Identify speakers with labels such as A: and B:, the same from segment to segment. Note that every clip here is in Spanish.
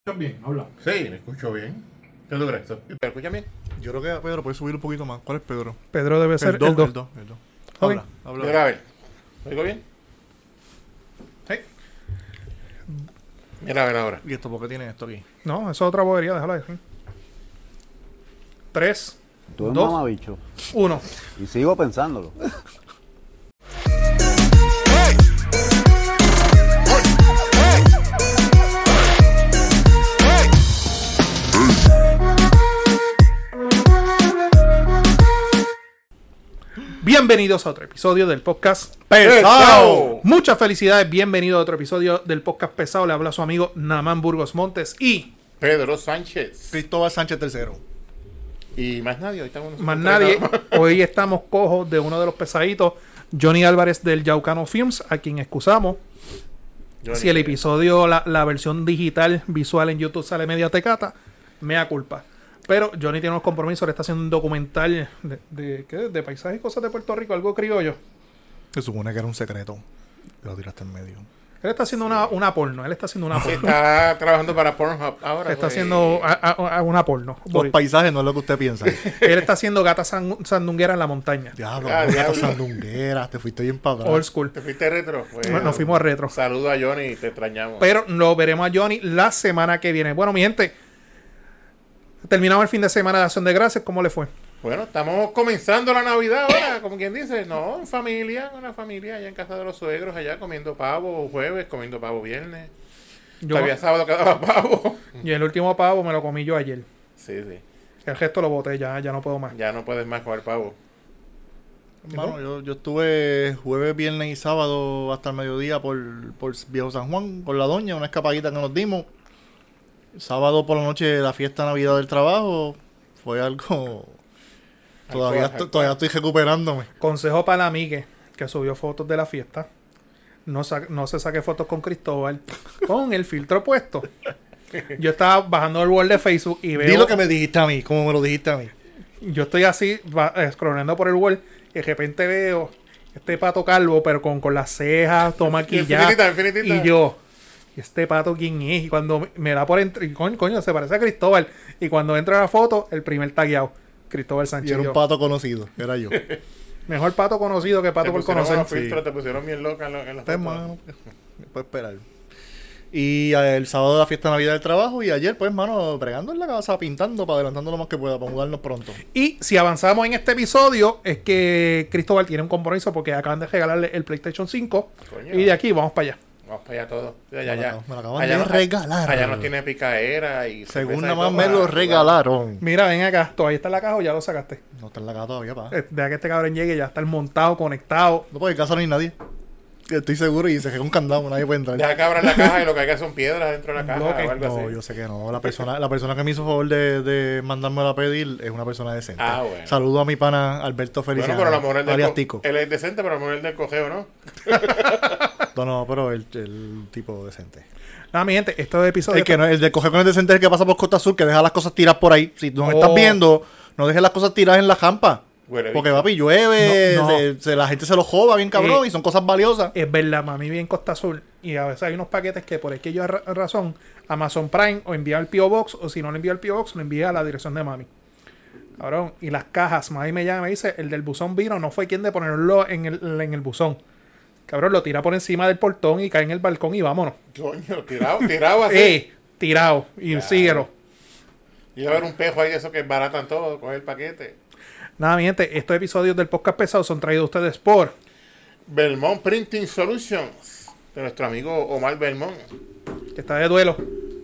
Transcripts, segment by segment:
A: escuchan bien, habla.
B: Sí, me escucho bien. ¿Qué tú crees? ¿Me escuchan bien?
C: Yo creo que a Pedro puede subir un poquito más. ¿Cuál es Pedro?
D: Pedro debe ser el 2.
C: dos, el dos.
D: Ok.
C: Habla, habla.
B: Mira, a ver. ¿Me oigo bien?
A: Sí.
B: Mira, a ver ahora.
C: ¿Y esto por qué tiene esto aquí?
D: No, eso es otra bobería, déjala ahí. 3,
E: Tú eres
D: Dos.
E: mamabicho.
D: 1.
E: Y sigo pensándolo.
D: Bienvenidos a otro episodio del podcast
B: ¡Pesado!
D: Muchas felicidades, bienvenido a otro episodio del podcast Pesado. Le habla su amigo Namán Burgos Montes y
B: Pedro Sánchez.
C: Cristóbal Sánchez III.
B: Y más nadie. Ahorita uno
D: más nadie. Hoy estamos cojos de uno de los pesaditos, Johnny Álvarez del Yaucano Films, a quien excusamos. Si el episodio, la, la versión digital, visual en YouTube sale media tecata, mea culpa. Pero Johnny tiene unos compromisos, le está haciendo un documental de, de, ¿qué? de paisajes y cosas de Puerto Rico, algo criollo.
C: Se supone que era un secreto. Lo tiraste en medio.
D: Él está haciendo una, una porno, él está haciendo una porno.
B: Está trabajando para Pornhub ahora. pues.
D: Está
B: güey.
D: haciendo a- a- a- una porno.
C: Los paisajes no es lo que usted piensa.
D: Él está haciendo gata san- sandunguera en la montaña.
C: Diablo,
B: Ah,
C: gatas
B: diablo.
C: sandungueras, te fuiste bien para
D: Old
C: atrás.
D: school.
B: ¿Te fuiste retro? pues.
D: Bueno, nos fuimos a retro.
B: Saludo a Johnny, te extrañamos.
D: Pero lo veremos a Johnny la semana que viene. Bueno, mi gente, terminamos el fin de semana de Acción de Gracias. ¿Cómo le fue?
B: Bueno, estamos comenzando la Navidad ahora, como quien dice, no, en familia, con la familia, allá en casa de los suegros, allá comiendo pavo jueves, comiendo pavo viernes.
D: Yo,
B: Todavía sábado quedaba pavo.
D: y el último pavo me lo comí yo ayer.
B: Sí, sí.
D: El resto lo boté, ya, ya no puedo más.
B: Ya no puedes más comer pavo.
C: Hermano, yo, yo estuve jueves, viernes y sábado hasta el mediodía por, por Viejo San Juan con la doña, una escapadita que nos dimos. Sábado por la noche la fiesta Navidad del trabajo. Fue algo... Todavía,
B: Alcohol,
C: estoy- todavía estoy recuperándome.
D: Consejo para la Migue, que subió fotos de la fiesta. No, sa- no se saque fotos con Cristóbal con el filtro puesto. Yo estaba bajando el wall de Facebook y veo.
C: Di lo que me dijiste a mí, como me lo dijiste a mí.
D: Yo estoy así, va- eh, scrollando por el wall, y de repente veo este pato calvo, pero con, con las cejas, toma aquí ya.
B: Infinitita, infinitita.
D: Y yo, "¿Y este pato quién es? Y cuando me- me da por entre, y coño, coño, se parece a Cristóbal. Y cuando entra la foto, el primer tagueado, Cristóbal
C: Y
D: Sánchez.
C: era
D: Yo,
C: un pato conocido, era yo. Pues,
D: Mejor pato conocido que
B: Te
D: pato por
B: pusieron
D: conocer.
B: unos filtros, te pusieron bien loca en, lo- en las
C: Pues,
B: fotos.
C: mano, me puedo esperar. Y eh, el sábado la fiesta de Navidad del trabajo y ayer, pues, mano, bregando en la casa, pintando para adelantando lo más que pueda, para mudarnos pronto.
D: Y si avanzamos en este episodio, es que Cristóbal tiene un compromiso porque acaban de regalarle el PlayStation 5.
B: Coño.
D: Y de aquí vamos para allá.
B: Vamos para allá todo. Ya,
C: Me
B: ya,
C: lo
B: ya.
C: acabo- me lo acaban
B: allá
C: de
B: no-
C: regalar.
B: Allá no tiene picaera y
C: Según
B: cerveza y
C: nada más
B: todo.
C: me lo
B: Ah,
C: regalaron.
D: Mira, ven acá. Todavía está en la caja o ya lo sacaste.
C: No está en la casa todavía, pa.
D: Eh, Deja que este cabrón llegue, ya está el montado, conectado.
C: No, porque en casa no hay nadie. Estoy seguro y se quedó un candado, nadie puede entrar.
B: Deja que abran la caja y lo que hay son piedras dentro de la
D: Un
B: caja
D: bloque.
B: o algo
C: No,
B: así.
C: yo sé que no. La persona, la persona que me hizo favor de, de mandármela a pedir es una persona decente.
B: Ah, bueno.
C: Saludo a mi pana Alberto
B: Bueno,
C: Feliciano.
B: pero a lo mejor el del
C: alias
B: co- eh.
C: Tico.
B: Él es decente, pero a lo mejor el del cojeo, ¿no?
C: No, no, pero el, el tipo decente.
D: Nada, mi gente, estos episodios.
C: El, que no, el de coger con el decente es el que pasa por Costa Azul, que deja las cosas tiradas por ahí. Si nos
D: Oh.
C: estás viendo, no dejes las cosas tiradas en la jampa.
B: Huele
C: Porque
B: bicho.
C: papi, llueve,
D: No, no.
C: se- se- la gente se lo joda bien cabrón
D: Eh.
C: y son cosas valiosas.
D: Es verdad, mami, bien Costa Azul. Y a veces hay unos paquetes que por aquella ra- razón, Amazon Prime o envía al P.O. Box, o si no le envía al P.O. Box, lo envía a la dirección de mami. Cabrón, y las cajas, mami me llama y me dice, el del buzón vino, no fue quien de ponerlo en el, en el buzón. Cabrón, lo tira por encima del portón y cae en el balcón y vámonos.
B: Coño, tirado, tirado así.
D: ¡Eh! Tirado. Y síguelo.
B: Y va a haber un pejo ahí de esos que baratan todo, coge el paquete.
D: Nada, mi gente, estos episodios del podcast pesado son traídos a ustedes por
B: Belmont Printing Solutions, de nuestro amigo Omar Belmont.
D: que está de duelo.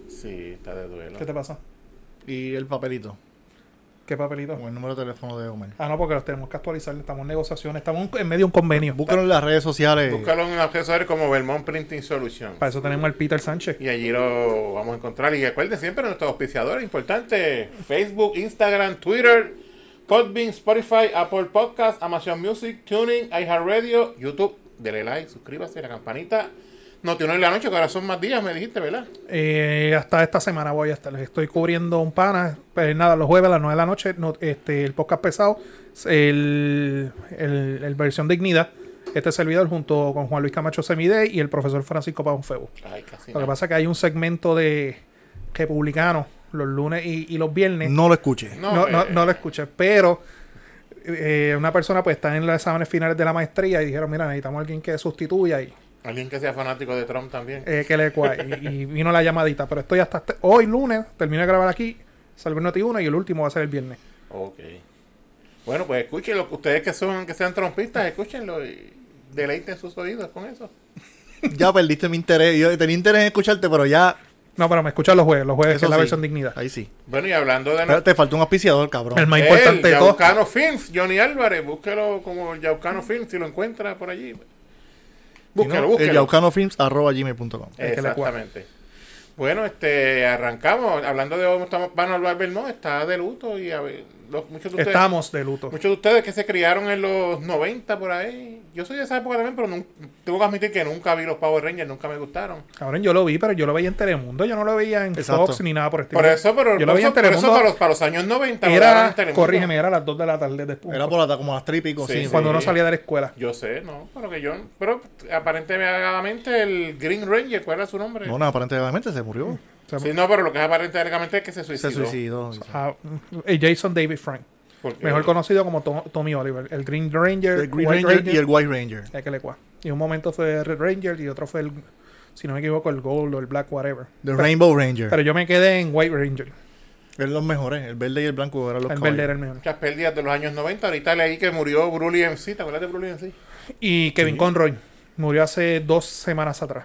B: Sí, está de duelo.
D: ¿Qué te pasa?
C: Y el papelito,
D: ¿Qué papelito?
C: con el número de teléfono de Homer.
D: Ah, no, porque los tenemos que actualizar. Estamos en negociaciones, estamos en medio de un convenio.
C: Búscalo en las redes sociales.
B: Búscalo en accesorios como Belmont Printing Solutions.
D: Para eso tenemos al Peter Sánchez.
B: Y allí lo vamos a encontrar. Y recuerden siempre nuestros auspiciadores importantes: Facebook, Instagram, Twitter, Podbean, Spotify, Apple Podcasts, Amazon Music, Tuning, iHeartRadio, YouTube. Dele like, suscríbase, la campanita. No te uno en la noche, que ahora son más días, me dijiste, ¿verdad?
D: Eh, hasta esta semana voy a estar. Les estoy cubriendo un pana. Pero nada, los jueves a las 9 de la noche, no- este, el podcast pesado, el, el- el versión Dignidad. Este servidor junto con Juan Luis Camacho Semide y el profesor Francisco Pavón Febo.
B: Ay, casi.
D: Lo que
B: nada.
D: pasa es que hay un segmento de republicano los lunes y, y los viernes.
C: No lo escuché.
D: No, no, no, no lo escuché, pero eh, una persona pues está en los exámenes finales de la maestría y dijeron, mira, necesitamos a alguien que sustituya y
B: Alguien que sea fanático de Trump también.
D: eh, que le cua- y, y vino la llamadita, pero estoy hasta este- hoy lunes, termino de grabar aquí, salgo en noti 1 y el último va a ser el viernes.
B: Ok. Bueno, pues escúchenlo. Ustedes que son, que sean trompistas, escúchenlo y deleiten sus oídos con eso.
C: Ya perdiste mi interés. Yo tenía interés en escucharte, pero ya.
D: No, pero me escuchan los jueves, los jueves que
C: eso
D: es la
C: sí.
D: versión dignidad.
C: Ahí sí.
B: Bueno, y hablando de...
C: Pero te faltó un auspiciador,
D: El
C: cabrón.
D: más
B: Él,
D: importante de todos.
B: Yaucano Films, Johnny Álvarez, búsquelo como Yaucano Films, si lo encuentra por allí. Búsquelo,
C: El
B: búsquelo.
C: yaucanofilms.gmail.com.
D: El que le cuadra.
B: Exactamente. Bueno, este, arrancamos. Hablando de cómo estamos, Manuel Valverde está de luto y a ver, los- muchos de ustedes...
D: Estamos de luto.
B: Muchos de ustedes que se criaron en los 90 por ahí. Yo soy de esa época también, pero nun- tengo que admitir que nunca vi los Power Rangers, nunca me gustaron.
D: Cabrón, yo lo vi, pero yo lo veía en Telemundo, yo no lo veía en
C: Exacto.
D: Fox ni nada por el estilo.
B: Por eso, pero
D: yo lo
B: por
D: veía
B: eso,
D: en
B: por eso
D: Telemundo.
B: para, los, para los años 90. lo daban en
D: Era,
B: Telemundo.
D: corrígeme, era a las 2 de la tarde después.
C: Era por hasta como a las 3 y pico,
B: Sí,
C: sí.
B: sí.
D: cuando uno salía de la escuela.
B: Yo sé, no, pero que yo. Pero aparentemente el Green Ranger, ¿cuál era su nombre?
C: No, no, aparentemente se murió.
D: O sea,
B: Sí, no, pero lo que es aparentemente es que se suicidó.
C: Se suicidó.
D: a- eh, Jason David Frank,
B: Porque-
D: mejor conocido como Tom- Tommy Oliver, el Green Ranger,
C: El Green
D: White
C: Ranger, y el White Ranger.
D: Ya que le cua. Y un momento fue Red Ranger y otro fue el, si no me equivoco, el Gold o el Black, whatever.
C: The Rainbow Ranger.
D: Pero yo me quedé en White Ranger.
C: Eran los mejores. El verde y el blanco eran los
D: el
C: caballos.
D: verde era el mejor.
B: Muchas pérdidas de los años 90. Ahorita leí que murió Broly MC. ¿Te acuerdas de Broly MC?
D: Y Kevin Conroy murió hace dos semanas atrás.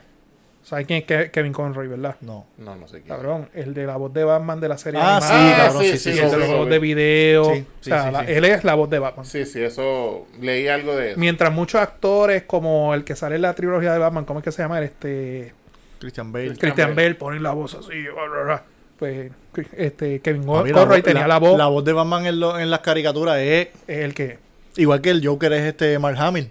D: ¿Sabes quién es Ke- Kevin Conroy, verdad?
C: No.
B: No, no sé quién.
D: Cabrón, el de la voz de Batman de la serie
C: Ah, sí,
D: animada.
C: cabrón. Sí, sí,
D: Y el de los
B: lo
D: juegos
B: vi.
D: de video.
C: Sí, sí,
D: O sea,
C: sí,
D: la-
C: sí.
D: Él es la voz de Batman.
B: Sí, sí, eso. Leí algo de eso.
D: Mientras muchos actores, como el que sale en la trilogía de Batman, ¿cómo es que se llama? Este
C: Christian Bale.
D: Christian
B: Bale.
D: Bale, ponen la voz así, bla, bla, bla. Pues este, Kevin
C: Papi, Ah, la
D: Conroy
C: vo-
D: tenía la voz, eh,
C: La voz de Batman en, lo- en las caricaturas es
D: el que
C: igual que el Joker es este Mark Hamill.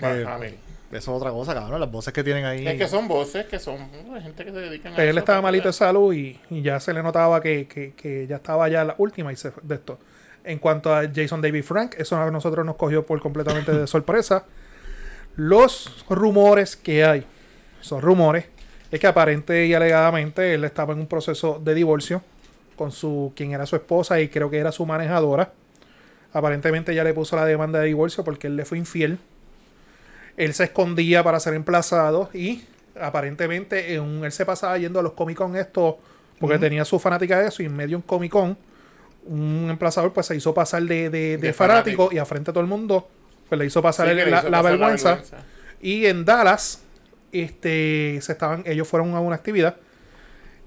B: Mark
C: Eh,
B: Hamill.
C: Eso es otra cosa, cabrón. Las voces que tienen ahí.
B: Es que son voces que son bueno, gente que se dedican a
D: pues, él
B: eso.
D: estaba malito de salud y, y ya se le notaba que, que- que ya estaba ya la última y se, de esto. En cuanto a Jason David Frank, eso a nosotros nos cogió por completamente de sorpresa. Los rumores que hay, son rumores, es que aparente y alegadamente él estaba en un proceso de divorcio con su quien era su esposa y creo que era su manejadora. Aparentemente ya le puso la demanda de divorcio porque él le fue infiel. Él se escondía para ser emplazado y aparentemente en un- él se pasaba yendo a los Comic Con estos porque tenía su fanática de eso y en medio de un Comic Con un emplazador pues se hizo pasar de, de- de
B: De
D: fanático,
B: fanático.
D: y a frente a todo el mundo pues le hizo
B: Sí,
D: pasar
B: que
D: el-
B: le
D: la,
B: hizo
D: la
B: pasar
D: vergüenza. Y en Dallas, este, se estaban, ellos fueron a una actividad.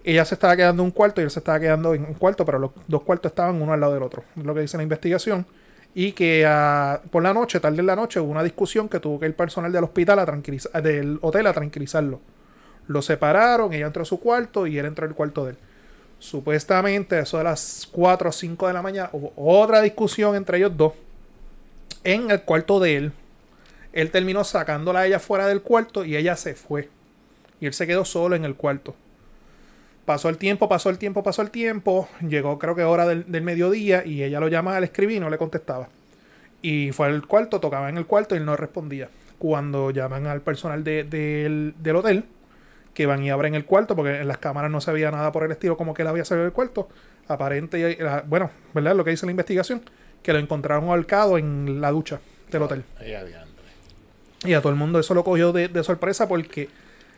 D: Ella se estaba quedando en un cuarto y él se estaba quedando en un cuarto, pero los dos cuartos estaban uno al lado del otro. Es lo que dice la investigación. Y que ah, por la noche, tarde en la noche, hubo una discusión que tuvo que el personal del hospital a tranquilizar, del hotel a tranquilizarlo. Lo separaron, ella entró a su cuarto y él entró al cuarto de él. Supuestamente, a eso de las 4 o 5 de la mañana, hubo otra discusión entre ellos dos en el cuarto de él. Él terminó sacándola a ella fuera del cuarto y ella se fue. Y él se quedó solo en el cuarto. Pasó el tiempo, pasó el tiempo, pasó el tiempo. Llegó creo que hora del, del mediodía y ella lo llamaba, le escribí y no le contestaba. Y fue al cuarto, tocaba en el cuarto y él no respondía. Cuando llaman al personal de- del- del hotel, que van y abren el cuarto, porque en las cámaras no se veía nada por el estilo como que él había salido del cuarto. Aparente, y- la- bueno, ¿verdad? Lo que dice la investigación, que lo encontraron ahorcado en la ducha del hotel.
B: Ahí adiante.
D: Y a todo el mundo eso lo cogió de, de sorpresa porque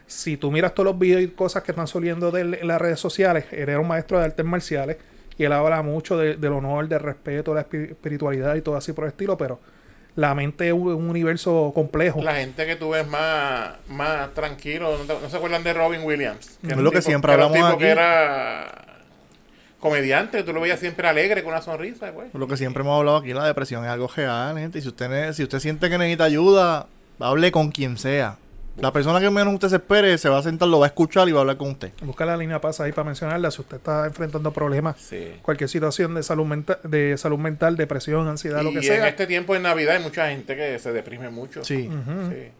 D: si tú miras todos los videos y cosas que están saliendo de él en las redes sociales, él era un maestro de artes marciales y él habla mucho de- del honor, del respeto, la espi- espiritualidad y todo así por el estilo, pero la mente es un, un universo complejo.
B: La gente que tú ves más, más tranquilo, ¿no, te- no se acuerdan de Robin Williams?
D: Mm.
C: Es
B: era
C: lo
B: un
C: que
B: tipo-
C: siempre
B: era un
C: hablamos
B: tipo que
C: aquí.
B: era comediante, tú lo veías siempre alegre, con una sonrisa, güey.
C: Lo que siempre hemos hablado aquí, la depresión es algo real, gente. Y si usted, ne- si usted siente que necesita ayuda, hable con quien sea. La persona que menos usted se espere se va a sentar, lo va a escuchar y va a hablar con usted.
D: Busca la línea pasa ahí para mencionarla si usted está enfrentando problemas,
B: Sí.
D: cualquier situación de salud, menta- de salud mental, depresión, ansiedad, lo
B: Y
D: que
B: en
D: sea.
B: este tiempo de Navidad hay mucha gente que se deprime mucho.
C: Sí.
B: Sí.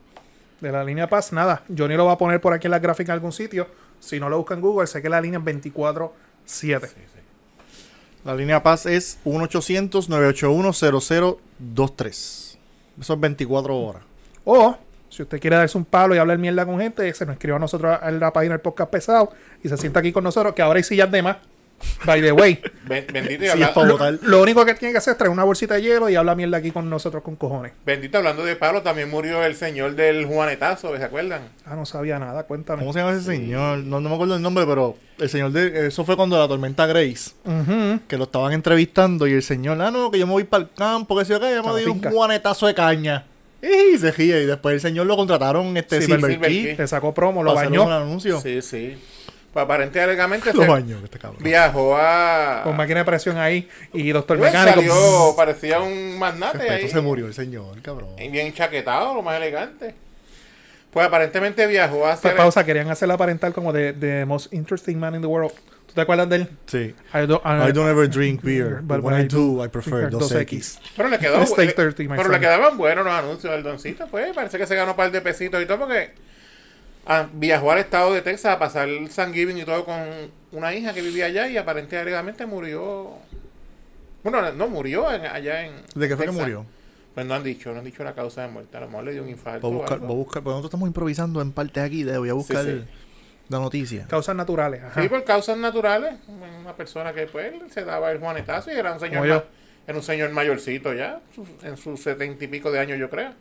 D: De la línea Paz, nada. Johnny lo va a poner por aquí en la gráfica en algún sitio. Si no lo busca en Google, sé que la línea es 24-7.
C: La línea Paz es 1-800-981-0023. Eso es 24 horas.
D: O Si usted quiere darse un palo y hablar mierda con gente, se nos escriba a nosotros a la página del podcast pesado y se sienta aquí con nosotros, que ahora hay sillas de más. By the way.
B: Ben- bendito, y
C: Sí,
B: habla-
C: es pa' votar.
D: Lo único que tiene que hacer es traer una bolsita de hielo y hablar mierda aquí con nosotros con cojones.
B: bendito hablando de Pablo, también murió el señor del Juanetazo, ¿se acuerdan?
D: Ah, no sabía nada, cuéntame.
C: ¿Cómo se llama ese señor? No, no me acuerdo el nombre, pero el señor de. Eso fue cuando la tormenta Grace,
D: Ujú.
C: que lo estaban entrevistando y el señor, ah, no, que yo me voy para el campo, que se yo, que yo
D: A la
C: me di un
D: finca.
C: guanetazo de caña. Y se ríe. Y después el señor lo contrataron, este
D: Sí,
C: Silver,
B: Silver
C: Key,
B: Key.
D: Le sacó promo, lo
C: para hacer
D: bañó
C: un anuncio.
B: Sí, sí. Pues aparentemente
C: Lo
B: se
C: bañó, este cabrón.
B: viajó a.
D: con máquina de presión ahí y doctor
B: Pues
D: mecánico.
B: salió, parecía un magnate ahí.
C: Respeto, se murió el señor, cabrón.
B: Y Bien chaquetado, lo más elegante. Pues aparentemente viajó
C: Pues
B: hacia.
D: Pa- pausa, querían hacerla aparentar como de the most interesting man in the world. ¿Tú te acuerdas de él?
C: Sí.
D: I don't, I-
C: I don't ever drink beer, but when I do, I prefer 2X.
D: 2X.
B: Pero le quedó.
D: Stay
B: le-
D: 30, my
B: pero le
D: friend.
B: quedaban buenos los anuncios del Doncito, pues. Parece que se ganó un par de pesitos y todo, porque ah, viajó al estado de Texas a pasar el Thanksgiving y todo con una hija que vivía allá y aparentemente murió. Bueno, no murió en- allá en.
C: ¿De qué fue que
B: Texas.
C: murió?
B: Pues no han dicho, no han dicho la causa de muerte. A lo mejor le dio un infarto.
C: Voy a
B: o
C: buscar,
B: algo.
C: voy a buscar, porque nosotros estamos improvisando en parte aquí, de- voy a buscar
B: sí.
C: la noticia.
D: Causas naturales. ajá.
B: Sí,
C: Ah.
B: por causas naturales. Una persona que pues se daba el juanetazo y era un señor,
D: Como yo.
B: ma- era un señor mayorcito ya, su- en sus setenta y pico de años yo creo.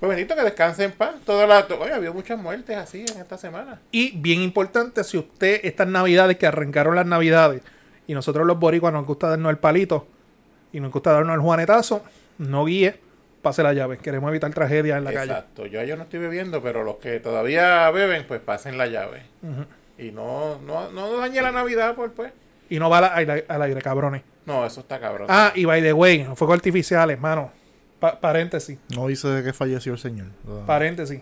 B: Pues bendito que descanse en paz. Toda la, to- oye, había muchas muertes así en esta semana.
D: Y bien importante, si usted estas navidades que arrancaron las navidades y nosotros los boricuas nos gusta darnos el palito y nos gusta darnos el juanetazo, no guíe, pase la llave. Queremos evitar tragedias en la calle.
B: Exacto. Yo yo no estoy bebiendo, pero los que todavía beben, pues pasen la llave. Y no, no, no dañe la Navidad por pues.
D: Y no va al aire, al aire, cabrones.
B: No, eso está cabrón.
D: Ah, y by the way, fuegos artificiales, mano. Pa- paréntesis,
C: No dice de qué falleció el señor.
D: paréntesis.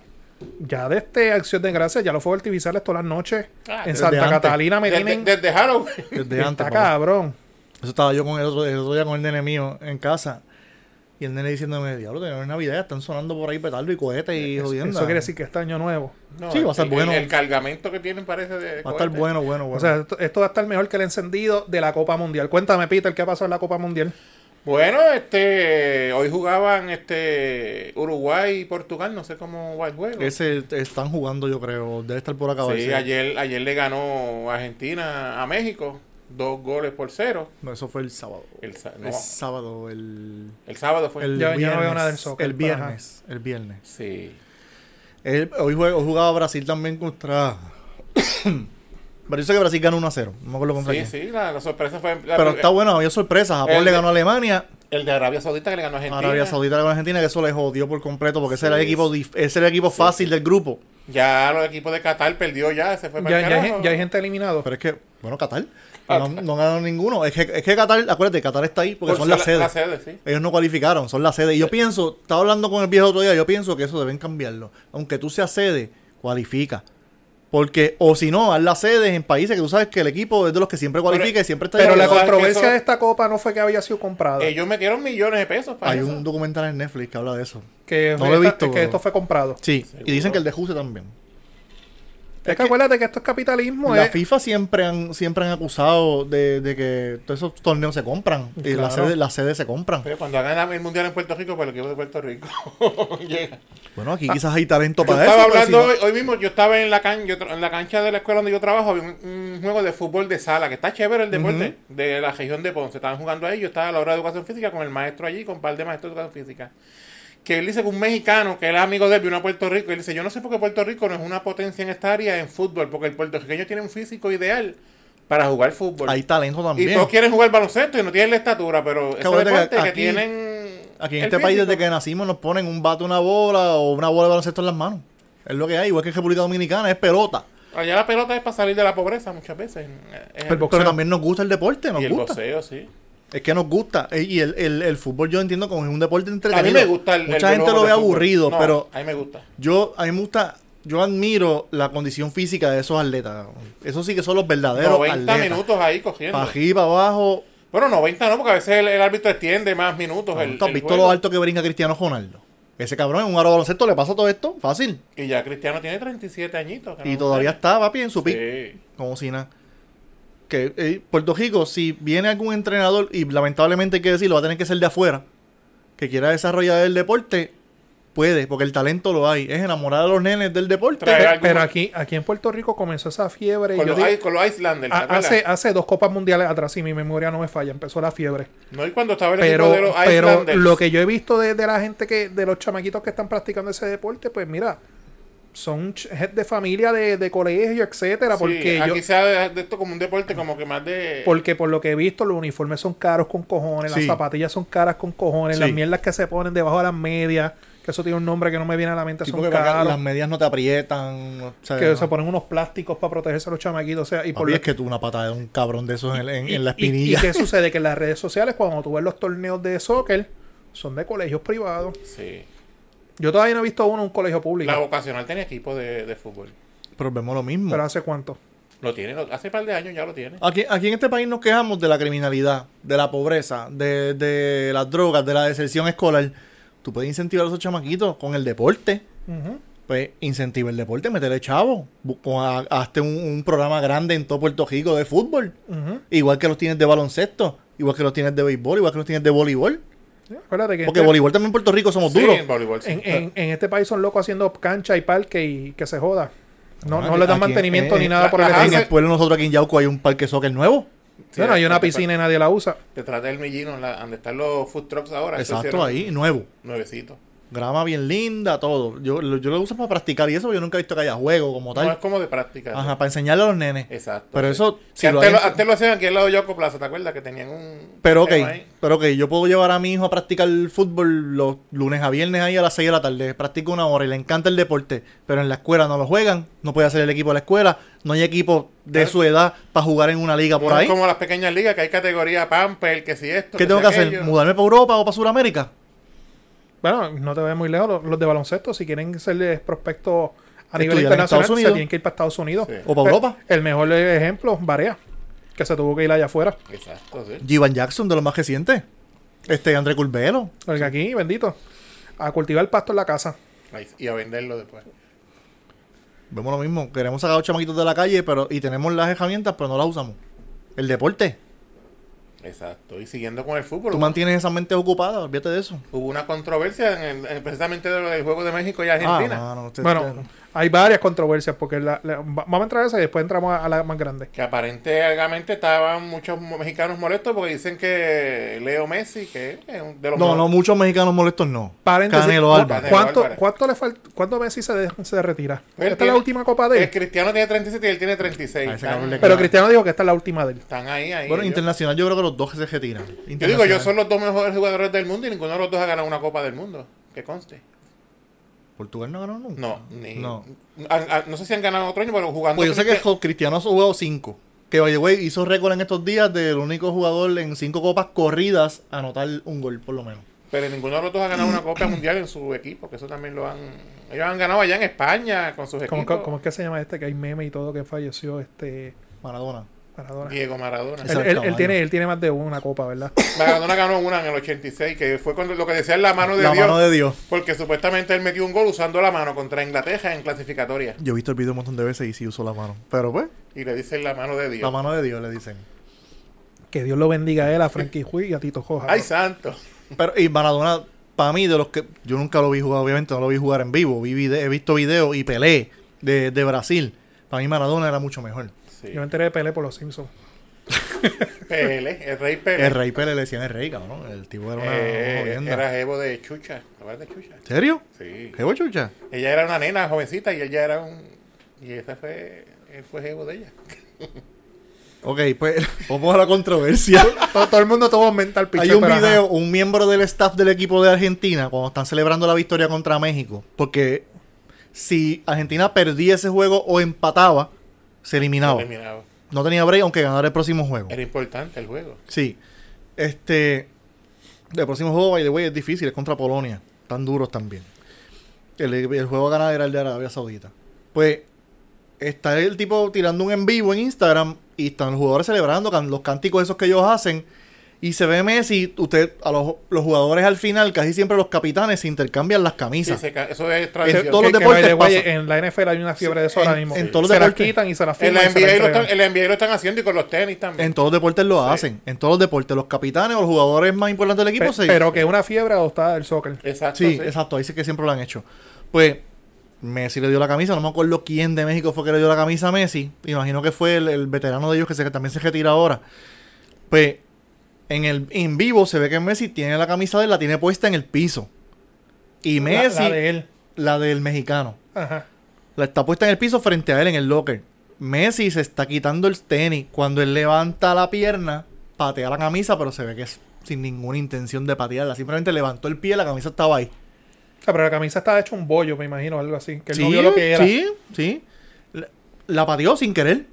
D: Ya de este Acción de Gracias, ya los fuegos artificiales todas las noches
B: Ah,
D: en
B: desde
D: Santa
C: antes.
D: Catalina me
B: desde,
D: tienen...
B: desde Halloween.
C: Desde
D: está
C: antes. papá.
D: cabrón.
C: Eso estaba yo con el otro, el otro día con el nene mío en casa. Y el nene diciéndome, diablo, tenemos Navidad, están sonando por ahí petardo y cohetes y
D: Eso,
C: jodiendo.
D: eso quiere decir que este año nuevo.
B: No,
C: Sí, va a estar
B: el-
C: bueno.
B: El, el cargamento que tienen parece de
C: Va a estar
B: cohete.
C: bueno, bueno, bueno.
D: O sea, esto, esto va a estar mejor que el encendido de la Copa Mundial. Cuéntame, Peter, ¿qué ha pasado en la Copa Mundial?
B: Bueno, este, hoy jugaban este Uruguay y Portugal, no sé cómo va el juego.
C: Ese están jugando, yo creo. Debe estar por acabar.
B: sí, ayer, ayer le ganó Argentina a México, dos goles por cero.
C: No, eso fue el sábado.
B: El, sa- no,
C: El sábado, el.
B: el sábado fue.
C: El
D: Pues Yo- yo no veo
C: viernes,
D: nada del soccer,
C: El
D: pero
C: viernes. El viernes.
B: Sí.
C: Él- hoy, jue- hoy jugaba Brasil también contra. Pero yo sé que Brasil ganó 1 a 0. No me acuerdo contra
B: Sí,
C: quién.
B: sí, la, la sorpresa fue la-
C: Pero está bueno, había sorpresas. Japón
B: El-
C: le ganó a Alemania,
B: el de Arabia Saudita que le ganó a Argentina.
C: Arabia Saudita le ganó a Argentina, que eso le jodió por completo porque
B: Sí,
C: ese era el equipo, dif- ese era el equipo fácil del grupo.
B: Ya los equipos de Qatar perdió ya, se fue para
D: Ya,
B: el
D: ya hay,
B: carajo.
D: gen- ya hay gente eliminado.
C: Pero es que, bueno, Qatar no, no ganaron ninguno. Es que, es que Qatar, acuérdate, Qatar está ahí porque
B: Por
C: son
B: ser
C: las
B: la-
C: sedes.
B: la sede, sí.
C: Ellos no cualificaron, son las sedes. Y yo pienso, estaba hablando con el viejo otro día, yo pienso que eso deben cambiarlo. Aunque tú seas sede, cualifica. Porque, o si no, haz las sedes en países que tú sabes que el equipo es de los que siempre cualifica y siempre está
D: Pero
C: ahí.
D: la
B: sabes que
D: controversia
B: eso-
D: de esta Copa no fue que había sido comprada.
B: Ellos metieron millones de pesos para
C: Ah. Hay
B: eso.
C: un documental en Netflix que habla de eso.
D: que,
C: no lo he
D: esta-
C: visto,
D: que
C: pero-
D: esto fue comprado.
C: Sí,
B: Seguro.
C: y dicen que el de Juse también.
D: Es que acuérdate que esto es capitalismo.
B: Pues,
C: La
D: eh.
C: FIFA siempre han, siempre han acusado de, de que todos esos torneos se compran. Y
D: Claro.
C: las sedes las sedes se compran.
B: Pero cuando hagan el mundial en Puerto Rico, pues el equipo de Puerto Rico llega.
C: Bueno, aquí quizás hay talento
B: ah, Yo
C: para eso.
B: estaba
C: pero si
B: hablando
C: no-
B: hoy, hoy mismo, yo estaba en la, can- yo tra- en la cancha de la escuela donde yo trabajo, había un, un juego de fútbol de sala, que está chévere el deporte, de la región de Ponce. Estaban jugando ahí, yo estaba a la hora de educación física con el maestro allí, con un par de maestros de educación física. Que él dice que un mexicano, que él es amigo de él, vino a Puerto Rico, y él dice, yo no sé por qué Puerto Rico no es una potencia en esta área en fútbol, porque el puertorriqueño tiene un físico ideal para jugar fútbol.
C: Hay talento
B: y
C: también.
B: todos quieren jugar baloncesto y no tienen la estatura, pero ese
C: Cabrón,
B: deporte
C: que
B: que
C: aquí-
B: tienen...
C: Aquí en
B: el
C: este país,
B: físico-
C: desde que nacimos, nos ponen un bate, una bola o una bola de baloncesto en las manos. Es lo que hay, igual que en República Dominicana, es pelota.
B: Allá la pelota es para salir de la pobreza muchas veces. Es-
D: El boxeo.
C: Pero también nos gusta el deporte, nos
B: y el
C: gusta.
B: boxeo, sí.
C: Es que nos gusta. Eh, Y el, el- el fútbol yo entiendo como es un deporte
B: A
C: entretenido.
B: mí me gusta el. el
C: Mucha gente
B: juego
C: lo
B: de
C: ve
B: fútbol.
C: aburrido,
B: No,
C: pero
B: A mí me gusta.
C: yo, a mí me gusta, yo admiro la condición física de esos atletas. Eso sí que son los verdaderos
B: 90
C: atletas.
B: minutos ahí cogiendo.
C: Para arriba, para abajo.
B: Bueno, 90 no, porque a veces el, el árbitro extiende más minutos. el,
C: ¿Tú has
B: el
C: visto
B: juego.
C: lo alto que brinca Cristiano Ronaldo? Ese cabrón en un aro de baloncesto le pasa todo esto, fácil.
B: Y ya Cristiano tiene 37 añitos. que
C: Y
B: no-
C: todavía está, papi, en su pico.
B: Sí.
C: como si nada. Que eh, Puerto Rico, si viene algún entrenador, y lamentablemente hay que decirlo, va a tener que ser de afuera, que quiera desarrollar el deporte, puede, porque el talento lo hay. Es enamorar a los nenes del deporte.
D: Pe-
B: Traer
D: Pero,
B: algún-
D: aquí, aquí en Puerto Rico comenzó esa fiebre. y
B: Con
D: yo
B: los,
D: digo-
B: I- con los Islanders.
D: a-
B: ¿te acuerdas?
D: Ah, hace, hace dos copas mundiales atrás, si mi memoria no me falla, empezó la fiebre.
B: no, y cuando estaba el
D: Pero,
B: equipo de los
D: pero
B: Islanders.
D: lo que yo he visto de, de la gente que, de los chamaquitos que están practicando ese deporte, pues mira, son ch- gente de familia, de, de colegio, etcétera,
B: Sí,
D: porque yo,
B: aquí se ha de- de esto como un deporte como que más de...
D: Porque por lo que he visto, los uniformes son caros con cojones, las
C: Sí.
D: zapatillas son caras con cojones,
C: Sí.
D: las mierdas que se ponen debajo de las medias, que eso tiene un nombre que no me viene a la mente,
C: Sí,
D: son
C: porque para que
D: caros.
C: las medias no te aprietan. o sea,
D: Que
C: no.
D: se ponen unos plásticos para protegerse a los chamaquitos. O sea, y por
C: Papi,
D: lo-
C: es que tú una patada de un cabrón de esos en, en- en la
D: y- y-
C: espinilla.
D: ¿Y qué sucede? Que en las redes sociales, cuando tú ves los torneos de soccer, son de colegios privados.
B: Sí.
D: Yo todavía no he visto uno en un colegio público.
B: La vocacional tenía equipo de, de fútbol.
C: Pero vemos lo mismo.
D: Pero ¿hace cuánto?
B: Lo tiene, lo- hace par de años ya lo tiene.
D: Ah,
C: Aquí, aquí en este país nos quejamos de la criminalidad, de la pobreza, de, de las drogas, de la deserción escolar. Tú puedes incentivar a esos chamaquitos con el deporte.
D: Ujú.
C: Pues incentiva el deporte, métele chavo. Bu- con- ha- Hazte un, un programa grande en todo Puerto Rico de fútbol.
D: Ujú.
C: Igual que los tienes de baloncesto, igual que los tienes de béisbol, igual que los tienes de voleibol.
D: Acuérdate que
C: Porque
D: este-
C: voleibol también en Puerto Rico somos
B: Sí,
C: duros.
B: en voleibol, sí.
D: en, en- en este país son locos haciendo cancha y parque y que se joda. No,
C: Ah,
D: no le
C: aquí
D: dan
C: en-
D: mantenimiento
C: en-
D: ni
C: en-
D: nada por el
B: en-
D: estilo.
C: En el pueblo de nosotros aquí en Yauco hay un parque soccer nuevo.
B: Sí,
D: Bueno, hay una
C: este
B: detrás-
D: piscina y nadie la usa.
B: Detrás del Millino, la- donde están los food trucks ahora. eso
C: Exacto,
B: hicieron
C: ahí, nuevo.
B: Nuevecito.
C: Grama bien linda, todo. Yo lo, yo lo uso para practicar y eso, porque yo nunca he visto que haya juego como
B: No es
C: tal.
B: como de práctica.
C: Ajá, para enseñarle a los nenes.
B: Exacto.
C: Pero
B: sí.
C: eso,
B: Que
C: si lo
B: antes,
C: hay
B: lo,
C: en-
B: antes lo hacían aquí al lado de Yoko Plaza, ¿te acuerdas? Que tenían un.
C: Pero ok,
B: tema ahí.
C: pero ok, yo puedo llevar a mi hijo a practicar el fútbol los lunes a viernes ahí a las 6 de la tarde. Practica una hora y le encanta el deporte, pero en la escuela no lo juegan, no puede hacer el equipo de la escuela, no hay equipo de
B: Claro.
C: su edad para jugar en una liga por
B: No es
C: ahí.
B: como las pequeñas ligas, que hay categoría Pamper, que si esto.
C: ¿Qué
B: si
C: tengo que hacer?
B: aquello.
C: ¿Mudarme para Europa o para Sudamérica?
D: Bueno, no te ves muy lejos. Los, los de baloncesto, si quieren ser eh, prospectos a
C: Estudiar
D: nivel
C: en
D: internacional,
C: Estados
D: se
C: Unidos.
D: tienen que ir para Estados Unidos.
B: Sí.
C: ¿O para
D: Eh,
C: Europa?
D: El mejor ejemplo, Barea, que se tuvo que ir allá afuera.
B: Exacto, sí.
C: Jivan Jackson, de los más recientes. Este, André Curbelo.
D: Porque aquí, bendito, a cultivar pasto en la casa.
B: Ahí sí, Y a venderlo después.
C: Vemos lo mismo. Queremos sacar a los chamaquitos de la calle pero y tenemos las herramientas, pero no las usamos. El deporte.
B: Exacto. Y siguiendo con el fútbol.
C: Tú mantienes esa mente ocupada, olvídate de eso.
B: Hubo una controversia en el- en- precisamente de lo del juego de México y Argentina.
C: Ah, mano, usted-
D: Bueno, hay varias controversias, porque la- la- va- vamos a entrar a esa y después entramos a, a la más grande.
B: Que aparentemente estaban muchos mo- mexicanos molestos porque dicen que Leo Messi, que es un- de los
C: No,
B: mejores-
C: no, muchos mexicanos molestos no.
D: Paréntesis,
C: Canelo
D: ¿cu-
C: Álvarez.
D: ¿Cuánto,
B: Álvarez.
D: cuánto le falta? ¿Cuándo Messi se, de- se retira?
B: Él
D: Esta es
B: tiene-
D: la última copa de
B: El
D: él.
B: Cristiano tiene 37 y él tiene 36.
C: A ese
B: Están,
C: cabrón le-
D: Pero Cristiano dijo que esta es la última de él.
B: están ahí, ahí.
C: Bueno,
B: ellos.
C: internacional yo creo que los dos se retiran.
B: Yo digo, yo
C: Internacional.
B: son los dos mejores jugadores del mundo y ninguno de los dos ha ganado una Copa del Mundo. Que conste.
C: Portugal no ganó nunca.
B: No, ni.
C: No.
B: han- han- no sé si han ganado otro año, pero jugando.
C: Pues yo sé que
B: Cristian-
C: jo- Cristiano ha jugado cinco. Que by the way hizo récord en estos días del único jugador en cinco copas corridas a anotar un gol, por lo menos.
B: Pero ninguno de los dos ha ganado una Copa Mundial en su equipo, que eso también lo han. Ellos han ganado allá en España con sus
D: ¿Cómo,
B: equipos.
D: cómo- cómo es que se llama este? Que hay meme y todo que falleció este
C: Maradona.
D: Maradona.
B: Diego Maradona.
D: Él-
C: Exacto,
D: él, él
C: Maradona.
D: tiene, él tiene más de una copa, ¿verdad?
B: Maradona ganó una en el 86, que fue cuando lo que decía la mano de
C: La
B: Dios.
C: mano de Dios.
B: Porque supuestamente él metió un gol usando la mano contra Inglaterra en clasificatoria.
C: Yo he visto el video un montón de veces y sí uso la mano. Pero pues,
B: Y le dicen la mano de Dios.
C: la mano de Dios le dicen.
D: Que Dios lo bendiga a él, a Frankie Huy y a Tito Joja.
B: ¡Ay, santo!
C: Pero, y Maradona, para mí, de los que. Yo nunca lo vi jugar, obviamente, no lo vi jugar en vivo. Vi vide- he visto videos y Pelé de, de Brasil. Para mí, Maradona era mucho mejor.
B: Sí.
D: Yo me enteré de Pelé por los Simpsons.
B: Pele, el rey Pele.
C: El rey Pelé le decían el rey, cabrón. El tipo era una. una
B: Eh,
C: jodienda.
B: era jevo de Chucha. ¿Te acuerdas de Chucha?
C: ¿En serio?
B: Sí.
C: ¿Qué bochucha?
B: Ella era una nena jovencita y él ya era un. Y esa fue. Él fue jevo de ella.
C: Ok, pues vamos a la controversia.
D: todo, todo el mundo tuvo mental pichón.
C: Hay un
D: pero ajá.
C: video, un miembro del staff del equipo de Argentina, cuando están celebrando la victoria contra México, porque si Argentina perdía ese juego o empataba, se eliminaba.
B: Terminado.
C: No tenía break, aunque ganara el próximo juego.
B: Era importante el juego.
C: Sí. Este. El próximo juego, by the way, es difícil, es contra Polonia. Tan duros también. El, el juego a ganar era el de Arabia Saudita. Pues está el tipo tirando un en vivo en Instagram y están los jugadores celebrando can- los cánticos esos que ellos hacen. Y se ve Messi, usted, a los, los jugadores al final, casi siempre los capitanes se intercambian las
B: Sí,
C: camisas.
B: se ca- eso es tradición.
C: En todos los
D: Que- que by
C: deportes
D: the way,
C: pasa.
D: en la NFL hay una fiebre de eso
C: en-
D: ahora mismo.
C: en todos los
D: se las
C: deportes.
D: quitan y se las
B: en
D: firman.
B: la
D: y se las
B: NBA lo
D: entregan.
B: están, en la NBA lo están haciendo y con los tenis también.
C: En todos los deportes lo hacen. En todos los deportes, los capitanes o los jugadores más importantes del equipo
D: Pe-
C: se.
D: Pero que es una fiebre adoptada del soccer.
B: exacto.
C: sí, exacto. Ahí sí que siempre lo han hecho. Pues Messi le dio la camisa. No me acuerdo quién de México fue que le dio la camisa a Messi. Imagino que fue el, el veterano de ellos que, se, que también se retira ahora. Pues en el en vivo se ve que Messi tiene la camisa de él, la tiene puesta en el piso. Y
D: La-
C: Messi,
D: La, de él.
C: la del mexicano.
D: Ajá.
C: La está puesta en el piso frente a él en el locker. Messi se está quitando el tenis. Cuando él levanta la pierna, patea la camisa, pero se ve que es sin ninguna intención de patearla. Simplemente levantó el pie, la camisa estaba ahí.
D: O sea, Ah, pero la camisa estaba hecha un bollo, me imagino, algo así. Que él no vio lo que era.
C: sí, sí. La, la pateó sin querer.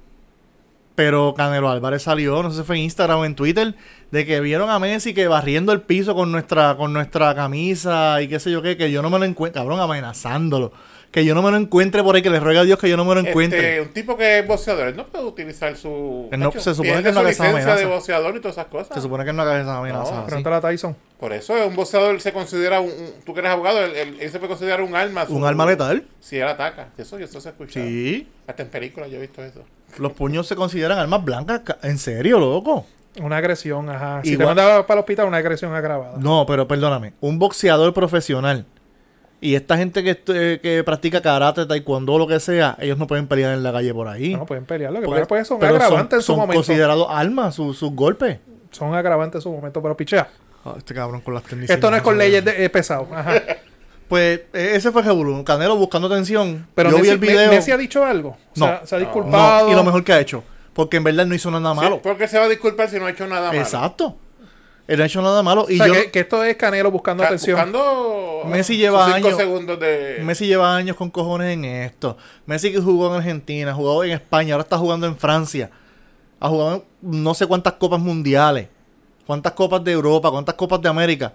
C: Pero Canelo Álvarez salió, no sé si fue en Instagram o en Twitter, de que vieron a Messi que barriendo el piso con nuestra, con nuestra camisa y qué sé yo qué, que yo no me lo encuentro, cabrón, amenazándolo. Que yo no me lo encuentre por ahí, que le ruega a Dios que yo no me lo encuentre.
B: Este, un tipo que es boxeador, él no puede utilizar su.
C: Él no-
B: Tacho,
C: se supone
B: pierde
C: que no
B: su
C: le esa
B: licencia de
C: amenaza.
B: boxeador y todas esas
D: ah.
B: cosas.
C: Se supone que es una cabeza
B: No,
C: amenazada. sí.
D: Pregúntale a Tyson.
B: Por eso un boxeador se considera un, un- tú que eres abogado, él, él- él se puede considerar un arma.
C: Un
B: su-
C: arma letal.
B: Si él ataca, eso yo eso se escucha.
C: Sí.
B: Hasta en películas yo he visto eso.
C: Los puños se consideran armas blancas. ca- ¿En serio, loco?
D: Una agresión, ajá. Si te
C: Igual-
D: mandaba para el hospital, una agresión agravada.
C: No, pero perdóname. Un boxeador profesional y esta gente que, estu- eh, que practica karate, taekwondo, lo que sea, ellos no pueden pelear en la calle por ahí.
D: No pueden pelear. Lo que
C: Porque-
D: pasa es que son
C: pero
D: agravantes en su
C: son
D: momento.
C: considerados armas su- sus golpes.
D: Son agravantes en su momento, pero pichea.
C: Ah, este cabrón con las técnicas.
D: Esto no es con leyes de, eh, pesado. Ajá.
C: Pues eh, ese fue Jebulú. Canelo buscando atención.
D: Pero
C: Yo
D: Messi,
C: vi el
D: Me-
C: video.
D: Messi ha dicho algo. O
C: No.
D: sea, se ha
B: No.
C: No,
D: disculpado.
C: y lo mejor que ha hecho. Porque en verdad él no hizo nada malo.
B: Sí, porque se va a disculpar si no ha hecho nada malo.
C: Exacto. Él no ha hecho nada malo.
D: O
C: Y
D: sea,
C: yo,
D: que, que esto es Canelo buscando
B: Está
D: atención.
B: buscando
C: Messi lleva
B: sus cinco
C: años-
B: segundos de.
D: Eh,
C: Messi lleva años con cojones en esto. Messi que jugó en Argentina, jugó en España, ahora está jugando en Francia. Ha jugado en no sé cuántas copas mundiales, cuántas copas de Europa, cuántas copas de América.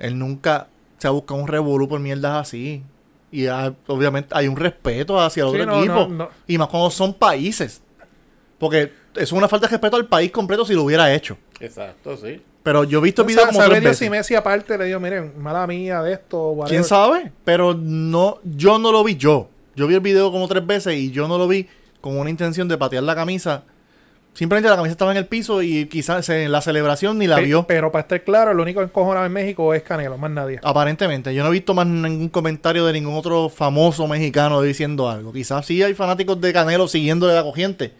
C: Él nunca se ha buscado un revolú por mierdas así. Y ha- obviamente hay un respeto hacia el
D: Sí,
C: otro
D: no,
C: equipo.
D: no, no.
C: Y más cuando son países. Porque es una falta de respeto al país completo si lo hubiera hecho.
B: Exacto, sí.
C: Pero yo he visto
D: Sa-
C: videos Este como
D: sabrá
C: tres
D: Dios
C: veces.
D: si Messi aparte le dijo, miren, mala mía de esto, whatever.
C: ¿Quién sabe? Pero no, yo no lo vi yo. Yo vi el video como tres veces y yo no lo vi con una intención de patear la camisa. Simplemente la camisa estaba en el piso y quizás en la celebración ni la
D: Pe-
C: vio.
D: Pero para estar claro, el único encojonado en México es Canelo, más nadie.
C: Aparentemente, yo no he visto más ningún comentario de ningún otro famoso mexicano diciendo algo. Quizás sí hay fanáticos de Canelo siguiéndole la corriente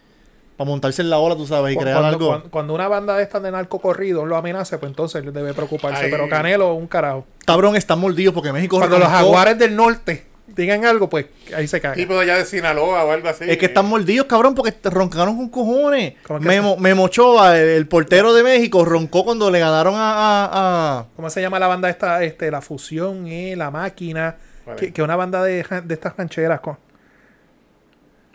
C: para montarse en la ola, tú sabes, y
D: Cu-
C: crear
D: cuando,
C: algo.
D: cuan- cuando una banda de estas de narco corrido lo amenace, pues entonces él debe preocuparse.
B: Ahí.
D: Pero Canelo, un carajo.
C: Cabrón, están mordidos porque México
D: Cuando los
C: arrancó-
D: jaguares del norte digan algo, pues ahí se caga.
B: Tipo de allá de Sinaloa o algo así.
C: Es que están mordidos, cabrón, porque te roncaron con cojones.
D: ¿Cómo que
C: Memo, Memo Ochoa, el, el portero de México, roncó cuando le ganaron a... a- a-
D: ¿Cómo se llama la banda esta? Este, la fusión, eh, la máquina.
B: Vale.
D: Que, que una banda de, ja- de estas rancheras. Con...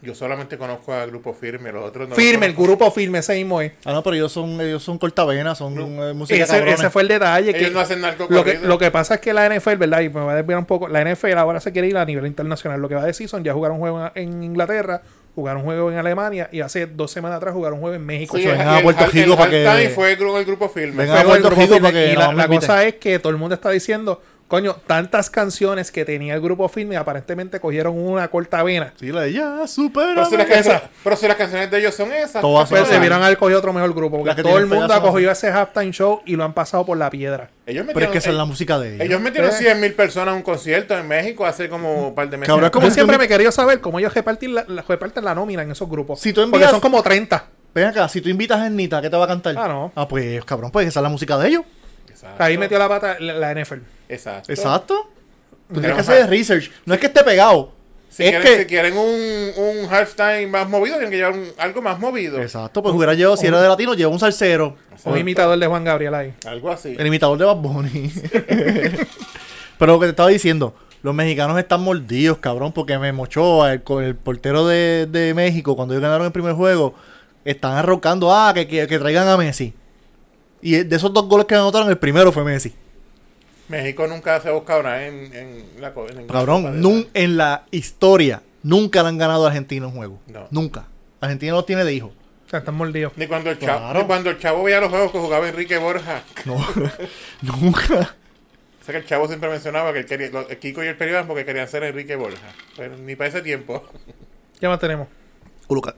B: Yo solamente conozco al grupo Firme, los otros no.
D: firme, el
B: los conozco.
D: grupo firme, ese mismo es.
C: Ah, no, pero ellos son, ellos son cortavenas, son eh, música
D: Ese,
C: cabrones.
D: ese fue el detalle. Que
B: Ellos no hacen narco
D: lo, que,
B: corrido.
D: lo que pasa es que la NFL, ¿verdad? Y me voy a desviar un poco. La NFL ahora se quiere ir a nivel internacional. Lo que va de season, ya jugaron un juego en, en Inglaterra, jugaron un juego en Alemania y hace dos semanas atrás jugaron un juego en México.
B: Sí,
C: Coño,
B: el-
C: vengan a
B: el-
C: Puerto
B: el-
C: Rico
B: el
C: para que-
B: halftime fue el grupo, el grupo Firme.
C: Vengan a
D: Fue el
C: Puerto
D: grupo
C: Rico
D: firme.
C: para que
D: y
C: no
D: la,
C: me
D: la
C: inviten.
D: cosa es que todo el mundo está diciendo, coño, tantas canciones que tenía el grupo firme, aparentemente cogieron una corta vena.
C: Sí, la de ah, ya, supera.
B: Pero si, las canciones, pero si las canciones de ellos son esas.
C: Todas
B: ¿qué
C: son
D: Pues
B: pasa?
D: se vieron haber cogido otro mejor grupo,
C: La
D: porque
C: que
D: todo el
C: tiene
D: mundo ha
C: pedazos.
D: cogido ese halftime show y lo han pasado por la piedra.
B: Ellos metieron,
C: Pero es que esa es la
B: eh,
C: música de ellos.
B: ellos metieron
D: Eh.
B: 100.000 personas a un concierto en México hace como un par de meses.
C: Cabrón, ¿cómo
D: Yo
C: es que
D: siempre
C: me-
D: me he querido saber cómo ellos reparten la, la- reparten la nómina en esos grupos.
C: Si tú
D: Porque
C: envías-
D: son como 30.
C: Ven acá, si tú invitas a Ernita, ¿qué te va a cantar?
D: Ah, no.
C: Ah, pues, cabrón, pues esa es la música de ellos.
B: Exacto.
D: Ahí metió la pata la, la NFL.
B: Exacto.
C: Exacto. Tú tienes
B: Pero,
C: que hacer
B: ajá.
C: research. No es que esté pegado.
B: Si,
C: es
B: quieren,
C: que...
B: si quieren un, un halftime más movido, tienen que llevar un- algo más movido.
C: Exacto, pues hubiera llevado, si era de latino, lleva un salsero.
D: Un imitador de Juan Gabriel ahí.
B: Algo así.
C: El imitador de Bad Bunny. Pero lo que te estaba diciendo, los mexicanos están mordidos, cabrón, porque Memo Ochoa, el, co- el portero de, de México, cuando ellos ganaron el primer juego, están arrocando, ah, que, que- que traigan a Messi. Y de esos dos goles que anotaron, el primero fue Messi.
B: México nunca se ha buscado nada en, en la co- en ninguna copa de
C: Cabrón, nun- en la historia, nunca le han ganado a Argentina un juego.
B: No.
C: Nunca. Argentina no tiene de hijo.
D: sea, están mordidos.
B: Ni cuando el chavo, ni cuando el chavo veía los juegos que jugaba Enrique Borja.
C: No, nunca.
B: O sea que el chavo siempre mencionaba que él quería, lo- Kiko y el periodismo que querían ser Enrique Borja. Pero ni para ese tiempo.
D: Ya más tenemos.
C: Culuca.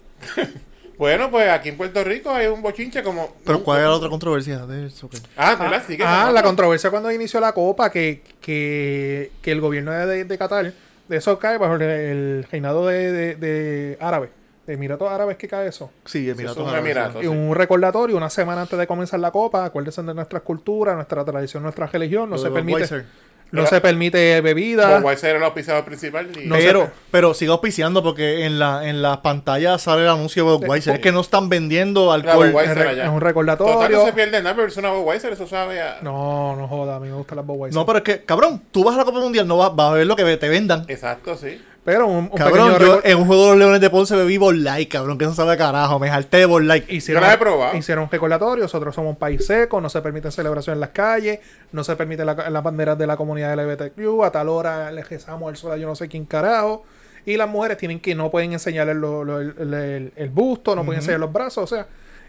B: Bueno, pues aquí en Puerto Rico hay un bochinche como.
C: Pero ¿cuál era la otra controversia de eso? que-
B: Ah,
D: Ah,
B: ¿verdad? Sigue,
D: ah,
B: ¿no?
D: la controversia cuando inició la Copa, que, que, que el gobierno de, de Qatar, de eso cae bajo el, el reinado de, de, de árabe, de Emiratos Árabes que cae eso.
C: Oh, Sí, Emiratos.
B: un
C: Árabes,
B: Emirato.
D: Y un recordatorio, una semana antes de comenzar la Copa, acuérdense de nuestras culturas, nuestra tradición, nuestra religión, no
C: Lo
D: se
C: de
D: permite,
C: Budweiser.
D: no se permite bebida.
B: Como Weiser era el auspiciador principal. Y...
D: No sé.
C: pero, pero siga auspiciando porque en la, en la pantalla sale el anuncio de Budweiser. Es que no están vendiendo
B: La
C: alcohol.
B: Budweiser
D: es re-
B: allá.
D: es un recordatorio.
B: Total, no se pierde nada, pero es una Budweiser, eso sabe a.
D: No, no joda, a mí me gustan las Budweiser.
C: No, pero es que, cabrón, tú vas a la Copa Mundial, no vas, vas a ver lo que te vendan.
B: Exacto, sí.
D: Pero Eh, un, un
C: Cabrón,
D: pequeño
C: yo
D: recor-
C: en un juego de los Leones de Ponce bebí Light, cabrón, que eso sabe a carajo. Me jalté de Ball Light.
D: Hicieron,
B: Yo las he probado.
D: hicieron recordatorios, nosotros somos un país seco, no se permiten celebraciones en las calles, no se permiten la- las banderas de la comunidad LGBTQ, a tal hora le rezamos el sol a yo no sé quién carajo, y las mujeres tienen que no pueden enseñarles lo- lo- el, el- el busto, no pueden enseñar los brazos, o sea,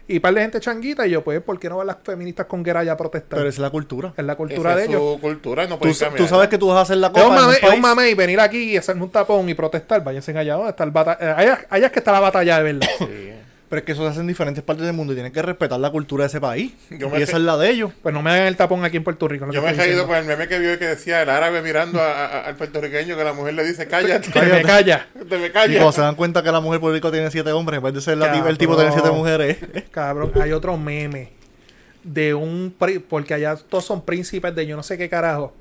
D: y par de gente changuita, y yo, pues, ¿por qué no van las feministas con guerra allá a protestar?
C: Pero esa es la cultura.
D: es la cultura
B: Esa
D: de
B: es
D: ellos.
B: su cultura, no
C: Tú,
B: puedes cambiar.
C: tú sabes que tú vas a hacer la Copa
D: ¿eh? Es
C: en
D: un,
C: un
D: mame, es
C: país-
D: un mame y venir aquí y hacerme un tapón y protestar. Váyanse allá donde está el bata- eh, Allá, allá es que está la batalla de verdad.
B: Sí.
C: Pero es que eso se hace en diferentes partes del mundo y tienes que respetar la cultura de ese país.
B: Yo me
C: y esa
B: sé-
C: es la de ellos.
D: pues no me hagan el tapón aquí en Puerto Rico. es lo
B: Yo
D: que
B: me he
D: estoy
B: caído
D: diciendo.
B: con el meme que vio y que decía el árabe mirando a- a- al puertorriqueño que la mujer le dice, cállate,
D: Te me calla.
B: te me
D: Ah,
C: Y cuando se
B: callas.
C: dan cuenta que la mujer por rico tiene siete hombres, en vez de ser la ti- el tipo tiene
D: Cabrón.
C: siete mujeres.
D: Cabrón, hay otro meme de un pri- porque allá todos son príncipes de yo no sé qué carajo.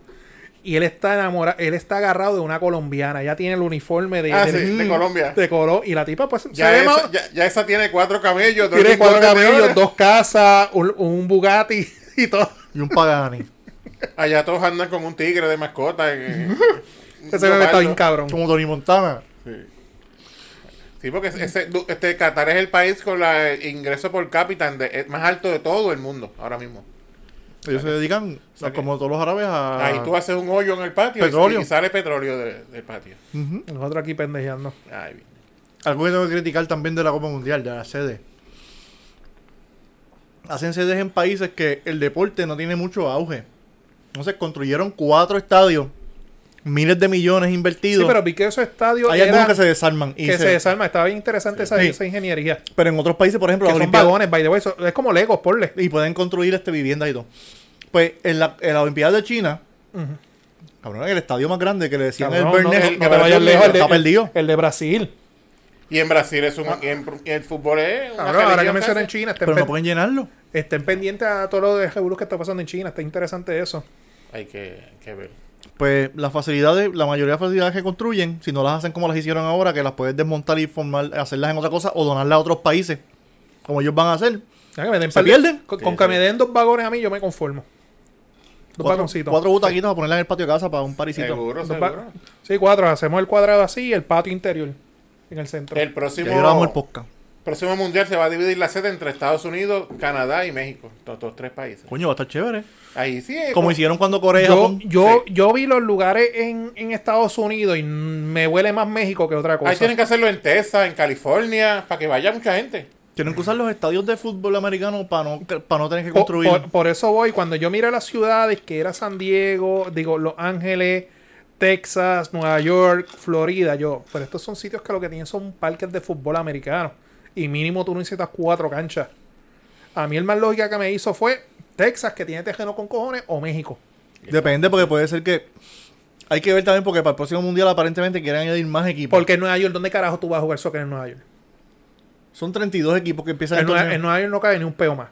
D: Y él está enamorado, él está agarrado de una colombiana, ya tiene el uniforme de,
B: Ah,
D: de,
B: sí, de Colombia.
D: de Colo- y la tipa pues se
B: Ya
D: ve
B: esa,
D: más-
B: ya, ya esa tiene cuatro camellos. dos
D: tiene cuatro
B: rincones de
D: cabellos,
B: oro.
D: dos casas, un, un Bugatti y todo.
C: Y un Pagani.
B: Allá todos andan con un tigre de mascota. en- en-
D: Ese meme está bien cabrón.
C: Como Tony Montana.
B: Sí. Sí, porque ese- du- este Qatar es el país con la- el ingreso por cápita de- es más alto de todo el mundo ahora mismo.
C: Ellos se dedican, como todos los árabes, a.
D: Ah.
B: Ahí tú haces un hoyo en el patio y-
C: Petróleo.
B: Y, sale petróleo de- del patio.
C: Ujú.
D: Nosotros aquí pendejeando.
B: Ay, bien.
C: Algo que tengo que criticar también de la Copa Mundial, de la sede. Hacen sedes en países que el deporte no tiene mucho auge. Entonces construyeron cuatro estadios, miles de millones
D: Sí,
C: invertidos.
D: pero vi que esos estadios
C: Hay
D: era
C: algunos que se desarman. y
D: que
C: se-
D: se desarma. Estaba bien interesante esa,
C: Sí.
D: esa ingeniería.
C: Pero en otros países, por ejemplo,
D: Que
C: las
D: son
C: Olimpiadas,
D: vagones, by the way. so- es como Legos, porle.
C: y pueden construir este vivienda y todo. Pues en la, en la Olimpiada de China, cabrón, el estadio más grande que le decían
D: Cabrón,
C: el
D: no,
C: Bernés,
D: no- no te vayas lejos. El de,
C: está perdido.
D: el de Brasil.
B: Y en Brasil es un. y en- y el fútbol es. una
D: Cabrón, ahora que
B: religión
D: mencionan
B: casi.
D: China, este estén,
C: Pero no
D: pen-
C: pueden llenarlo.
D: estén pendientes a todo lo de revuelo que está pasando en China. Está interesante eso.
B: Hay que, hay que ver.
C: Pues las facilidades, la mayoría de las facilidades que construyen, si no las hacen como las hicieron ahora, que las puedes desmontar y formar, hacerlas en otra cosa o donarlas a otros países, como ellos van a hacer.
D: Ya que me den
C: ¿Se
D: par de-
C: pierden?
D: Con,
B: Sí,
D: con que
B: sí.
D: me den dos vagones a mí, yo me conformo. Dos
C: Cuatro,
D: vagoncitos.
C: cuatro butaquitas para ponerlas en el patio de casa para un parisito.
B: Seguro,
D: Dos va-
B: seguro.
D: sí, cuatro. Hacemos el cuadrado así y el patio interior en el centro.
B: El
C: Ya
B: próximo,
C: grabamos el podcast.
B: próximo mundial se va a dividir la sede entre Estados Unidos, Canadá y México. Todos los tres países.
C: Coño, va a estar chévere.
B: Ahí sí. eh, pues, es
C: Como hicieron cuando Corea y
D: pues, yo,
C: Japón.
D: yo, yo vi los lugares en, en Estados Unidos y mm, me huele más México que otra cosa.
B: Ahí tienen que hacerlo en Texas, en California, para que vaya mucha gente.
C: Tienen que usar los estadios de fútbol americano para no, para no tener que
D: Por,
C: construir.
D: por- por eso voy, cuando yo miré las ciudades que era San Diego, digo, Los Ángeles, Texas, Nueva York, Florida, yo, pero estos son sitios que lo que tienen son parques de fútbol americano. Y mínimo tú necesitas cuatro canchas. A mí el más lógica que me hizo fue Texas, que tiene tejeno con cojones, o México.
C: Depende, porque puede ser que. Hay que ver también, porque para el próximo mundial aparentemente quieren añadir más equipos.
D: Porque en Nueva York, ¿dónde carajo tú vas a jugar soccer en Nueva York?
C: son 32 equipos que empiezan
D: En
C: el
D: Nueva,
C: torneo.
D: en Nueva York no cabe ni un peo más.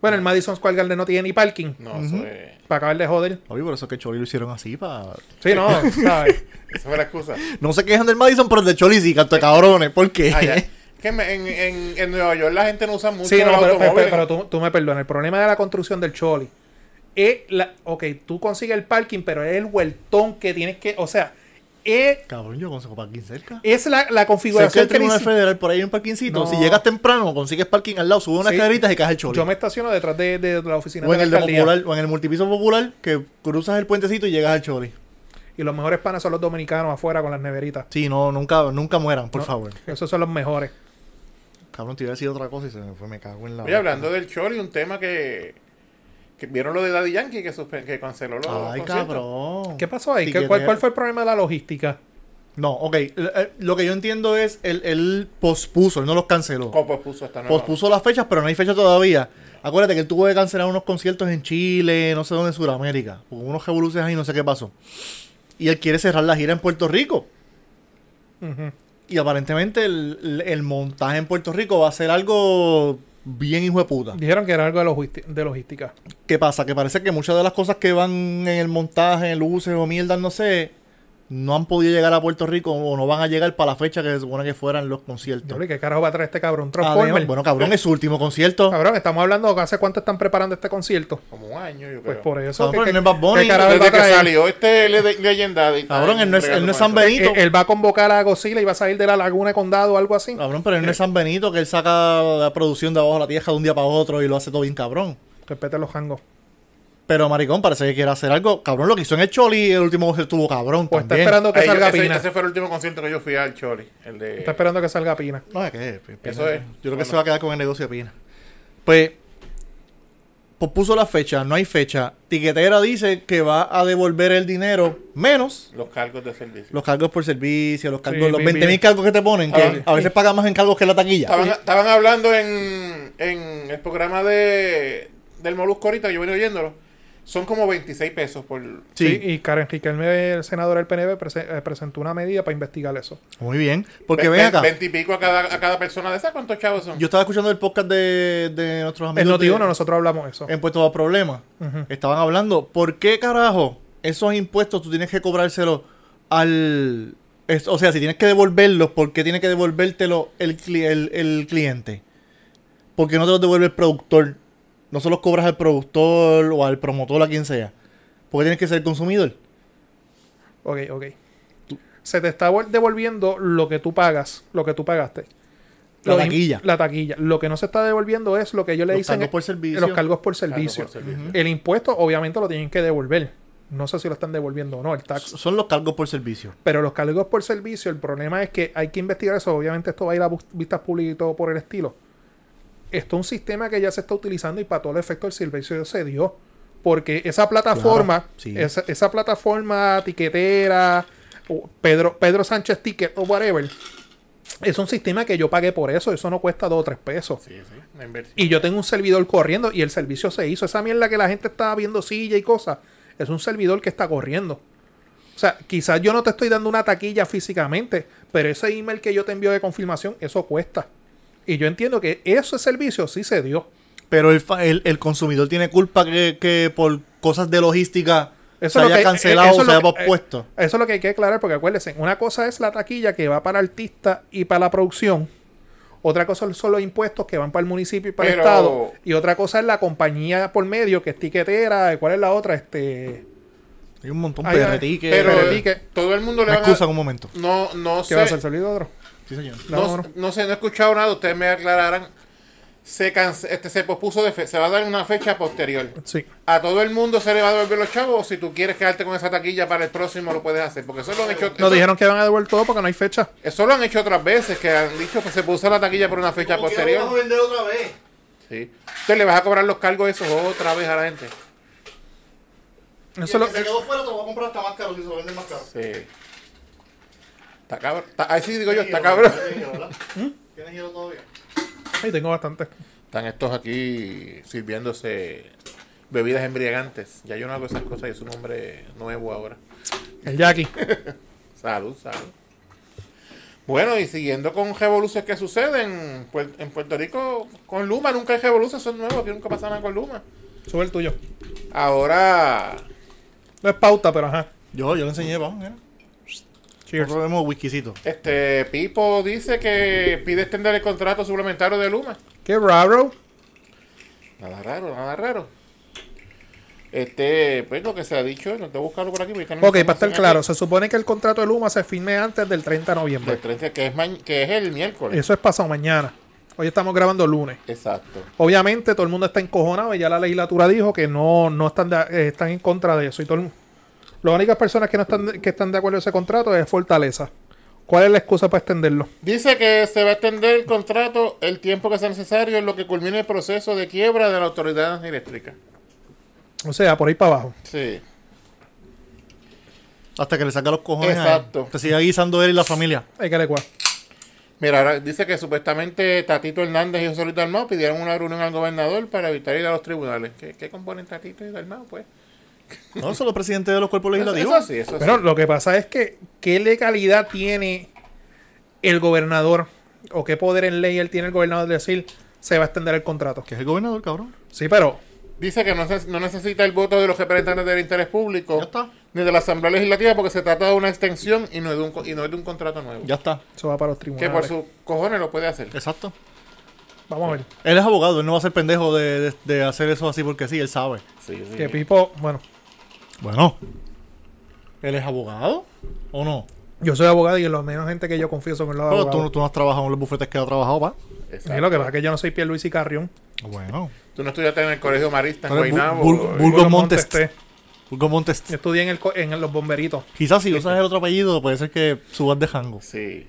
D: Bueno, el Madison Square Garden no tiene ni parking.
B: No, eso, es-
D: Para acabar de joder.
C: Papi, por eso es que Choli lo hicieron así. para...
D: Sí, no, ¿sabes?
B: esa fue la excusa.
C: No se quejan del Madison, pero el de Choli sí, canto de cabrones. ¿Por qué?
D: Ah,
B: Allá. Ah, Es que me- en, en, en Nueva York la gente no usa mucho
D: Sí,
B: los
D: no, pero, pero-
B: automóviles.
D: pero tú, tú me perdonas. El problema de la construcción del Choli es la. Ok, tú consigues el parking, pero es el vueltón que tienes que. O sea, es,
C: Cabrón, yo consigo parking cerca.
D: es la, la
C: Cerca
D: configuración
C: del
D: que le
C: Tribunal
D: hici-
C: Federal, por ahí hay un parkingcito.
D: No.
C: Si llegas temprano, consigues parking al lado, sube unas
D: Sí.
C: escaleritas y caes el Choli.
D: Yo me estaciono detrás de, de la oficina
C: O en
D: de
C: el
D: la
C: de
D: alcaldía.
C: popular, o en el multipiso popular, que cruzas el puentecito y llegas al Choli.
D: Y los mejores panas son los dominicanos afuera con las neveritas.
C: Sí, no, nunca, nunca mueran, por favor.
D: Esos son los mejores.
C: Cabrón, te iba a decir otra cosa y se me fue, me cago en la.
B: Oye, hablando del Choli, un tema que. que ¿Vieron lo de Daddy Yankee que, suspe- que canceló los
C: Ay,
B: conciertos?
C: cabrón.
D: ¿Qué pasó ahí? ¿Qué-
C: Tiquetero.
D: cuál, cuál fue el problema de la logística?
C: No, ok. eh, eh, Lo que yo entiendo es, él, él pospuso, él no los canceló.
B: ¿Cómo pospuso pues, esta nueva?
C: Pospuso las fechas, pero no hay fecha todavía. Acuérdate que él tuvo que cancelar unos conciertos en Chile, no sé dónde, en Sudamérica. Hubo unos revoluciones ahí, no sé qué pasó. Y él quiere cerrar la gira en Puerto Rico.
D: Ujú.
C: Y aparentemente el, el montaje en Puerto Rico va a ser algo bien hijo de puta.
D: Dijeron que era algo de, logisti- de logística.
C: ¿Qué pasa? Que parece que muchas de las cosas que van en el montaje, luces o mierda, no sé, no han podido llegar a Puerto Rico o no van a llegar para la fecha que se supone que fueran los conciertos.
D: Diablo, ¿y ¿Qué carajo va a traer este cabrón? Transformer.
C: Además- Ah, bueno, cabrón, es su último concierto.
D: Cabrón, estamos hablando de hace cuánto están preparando este concierto.
B: Como un año, yo
D: Pues
B: creo.
D: por eso.
C: No, pero
D: que-
C: no es Bad Bunny,
D: que carajo él va
B: Desde
D: a
B: que
D: traer?
B: salió este le- legendario.
C: Cabrón, él no es, él no es San
B: Benito.
C: Benito.
D: Eh, Él va a convocar a Godzilla y va a salir de la laguna de condado o algo así.
C: Cabrón, pero él no es San Benito, que él saca la producción de abajo de la tierra de un día para otro y lo hace todo bien cabrón.
D: Respete los hangos.
C: Pero maricón, parece que quiere hacer algo. Cabrón, lo que hizo en el Choli, el último concierto estuvo cabrón
B: Pues
D: O está
C: también.
D: esperando que
B: Ey,
D: salga
B: ese,
D: Pina.
B: ese fue el último concierto que yo fui al Choli. El de.
D: Está esperando que salga Pina.
C: No, es que... eh,
B: Eso es.
C: Yo creo que
B: Bueno.
C: se va a quedar con el negocio de Pina. Pues, puso la fecha, no hay fecha. Tiquetera dice que va a devolver el dinero menos
B: Los cargos de servicio.
C: los cargos por servicio, los cargos,
D: Sí,
C: los
D: vi-
C: 20 mil
D: vi-
C: cargos que te ponen, que
B: Ah,
C: a veces pagan más en cargos que en la taquilla.
B: Estaban, estaban hablando en, en el programa de del Molusco ahorita, yo venía oyéndolo. Son como 26 pesos por.
D: Sí.
C: Sí.
D: y Karen Riquelme, el senador del PNB, prese- eh, presentó una medida para investigar eso.
C: Muy bien, porque
B: ve-
C: ven
B: ve-
C: acá.
B: 20 y pico a cada, a cada persona de esas. ¿Cuántos chavos son?
C: Yo estaba escuchando el podcast de, de nuestros
D: En
C: amigos.
D: noti
C: de-
D: nosotros hablamos eso.
C: en Puerto a Problemas.
D: Ujú.
C: Estaban hablando, ¿por qué carajo esos impuestos tú tienes que cobrárselos al... es- o sea, si tienes que devolverlos, ¿por qué tiene que devolvértelo el, cli- el, el cliente? ¿Por qué no te los devuelve el productor? No se los cobras al productor o al promotor, a quien sea. ¿Por qué tienes que ser consumidor?
D: Ok, ok. Se te está vol- devolviendo lo que tú pagas, lo que tú pagaste.
C: La
D: Lo in-
C: taquilla.
D: La taquilla. Lo que no se está devolviendo es lo que ellos le
C: Los
D: dicen.
C: cargos por servicio.
D: Los cargos por
B: Cargos por
D: servicio.
B: servicio.
D: El impuesto, obviamente, lo tienen que devolver. No sé si lo están devolviendo o no, el tax.
C: Son los cargos por servicio.
D: Pero los cargos por servicio, el problema es que hay que investigar eso. Obviamente, esto va a ir a bus- vistas públicas y todo por el estilo. Esto es un sistema que ya se está utilizando y para todo el efecto el servicio se dio. Porque esa plataforma,
C: Claro, sí.
D: esa, esa plataforma tiquetera, o Pedro, Pedro Sánchez Ticket o whatever, es un sistema que yo pagué por eso. Eso no cuesta dos o tres pesos.
B: Sí, sí. una inversión.
D: Y yo tengo un servidor corriendo y el servicio se hizo. Esa mierda que la gente está viendo silla y cosas. Es un servidor que está corriendo. O sea, quizás yo no te estoy dando una taquilla físicamente, pero ese email que yo te envío de confirmación, eso cuesta. Y yo entiendo que ese servicio sí se dio.
C: Pero el, fa- el, el consumidor tiene culpa que, que por cosas de logística
D: Eso
C: se
D: es lo
C: haya
D: que- eh,
C: cancelado
D: eso
C: o
D: es
C: se
D: lo
C: haya
D: que-
C: pospuesto.
D: Eso es lo que hay que aclarar, porque acuérdense, una cosa es la taquilla que va para el artista y para la producción. Otra cosa son los impuestos que van para el municipio y para
B: Pero-
D: el estado. Y otra cosa es la compañía por medio, que es tiquetera. ¿Cuál es la otra? Este.
C: Hay un montón de
D: Ay, ay,
C: perretique.
B: Pero
D: Pero
B: eh,
D: di que-
B: todo el mundo le
C: Me
B: van a-
C: excusan un momento.
B: No, no
D: ¿Qué va a
B: sé.
D: ser servidor?
C: Sí, señor.
B: No,
D: Vámonos.
B: no sé, no he escuchado nada. Ustedes me aclararán. Se, canse- este, se pospuso de fe- se va a dar una fecha posterior.
D: Sí.
B: ¿A todo el mundo se le va a devolver los chavos? O si tú quieres quedarte con esa taquilla para el próximo, lo puedes hacer. Porque eso lo han hecho.
D: Nos
B: eso,
D: dijeron que van a devolver todo porque no hay fecha.
B: eso lo han hecho otras veces, que han dicho que se puso la taquilla por una fecha posterior.
C: vender otra vez.
B: Sí. Entonces le vas a cobrar los cargos esos otra vez a la gente.
D: Eso lo-
C: quedó fuera te lo voy a comprar hasta más caro si se lo venden más caro.
B: Sí. Está cabrón. Está- ahí sí digo yo, está cabrón. ¿Mm?
C: ¿Tienes hielo todavía?
D: Ay, tengo bastante.
B: Están estos aquí sirviéndose bebidas embriagantes. Ya yo no hago esas cosas, yo soy un hombre nuevo ahora.
D: El Jackie.
B: Salud, salud. Bueno, y siguiendo con revoluciones que suceden Puer- en Puerto Rico, con Luma nunca hay revoluciones, son nuevos, aquí nunca pasa nada con Luma.
D: Sube el tuyo.
B: Ahora,
D: No es pauta, pero ajá.
C: Yo, yo lo enseñé, vamos, mira.
D: Cheers.
C: Nosotros vemos whiskycito.
B: este Pipo dice que pide extender el contrato suplementario de Luma.
D: Qué raro.
B: Nada raro, nada raro. Este, pues lo que se ha dicho, no te buscarlo por aquí. porque tengo
D: Ok, para estar
B: información
D: claro,
B: aquí
D: se supone que el contrato de Luma se firme antes del 30 de
B: del
D: noviembre.
B: 13, Pues que, es ma- que es el miércoles.
D: Eso es pasado mañana. Hoy estamos grabando lunes.
B: Exacto.
D: Obviamente todo el mundo está encojonado y ya la legislatura dijo que no, no están, de- eh, están en contra de eso. Y todo el mu- las únicas personas que no están de- que están de acuerdo en ese contrato es Fortaleza. ¿Cuál es la excusa para extenderlo?
B: Dice que se va a extender el contrato el tiempo que sea necesario en lo que culmine el proceso de quiebra de la autoridad eléctrica.
D: O sea, por ahí para abajo.
B: Sí.
C: Hasta que le saca los cojones.
B: Exacto.
C: A él. Que siga guisando él y la familia.
D: Hay que adecuar.
B: Mira, ahora dice que supuestamente Tatito Hernández y José Luis Dalmau pidieron una reunión al gobernador para evitar ir a los tribunales. ¿Qué, qué componen Tatito y Dalmau, pues?
C: No, son los presidentes de los cuerpos legislativos.
B: Eso sí, eso sí.
D: Pero lo que pasa es que, ¿qué legalidad tiene el gobernador o qué poder en ley él tiene el gobernador de decir se va a extender el contrato?
C: Que es el gobernador, cabrón.
D: Sí, pero
B: Dice que no, se- no necesita el voto de los representantes del interés público
C: Ya está.
B: ni de la Asamblea Legislativa porque se trata de una extensión y no es de un, co- y no es de un contrato nuevo.
C: Ya está.
D: eso va para los
B: que por
D: tribunales.
B: sus cojones lo puede hacer.
C: Exacto.
D: Vamos a ver.
C: Él es abogado, él no va a ser pendejo de, de- de hacer eso así porque sí, él sabe.
B: Sí, sí.
D: Que Pipo, bueno,
C: Bueno. ¿Él es abogado? ¿O no?
D: yo soy abogado y en lo menos gente que yo confieso que lo
C: Pero
D: abogado.
C: tú, no- tú no has trabajado en los bufetes que ha trabajado, pa.
D: Sí,
B: Exacto.
D: lo que pasa es que yo no soy Pierluisi Carrión.
C: Bueno.
B: Tú no estudiaste en el Colegio Marista en
C: Pero es bu-
B: Guaynabo.
C: bul-
B: eh,
C: bul- Burgos
D: Burgos
C: Montes.
D: Montes.
C: Hugo Montes.
D: Yo estudié en, el, co- en los bomberitos.
C: Quizás si usas el otro apellido, puede ser que subas de jango.
B: sí.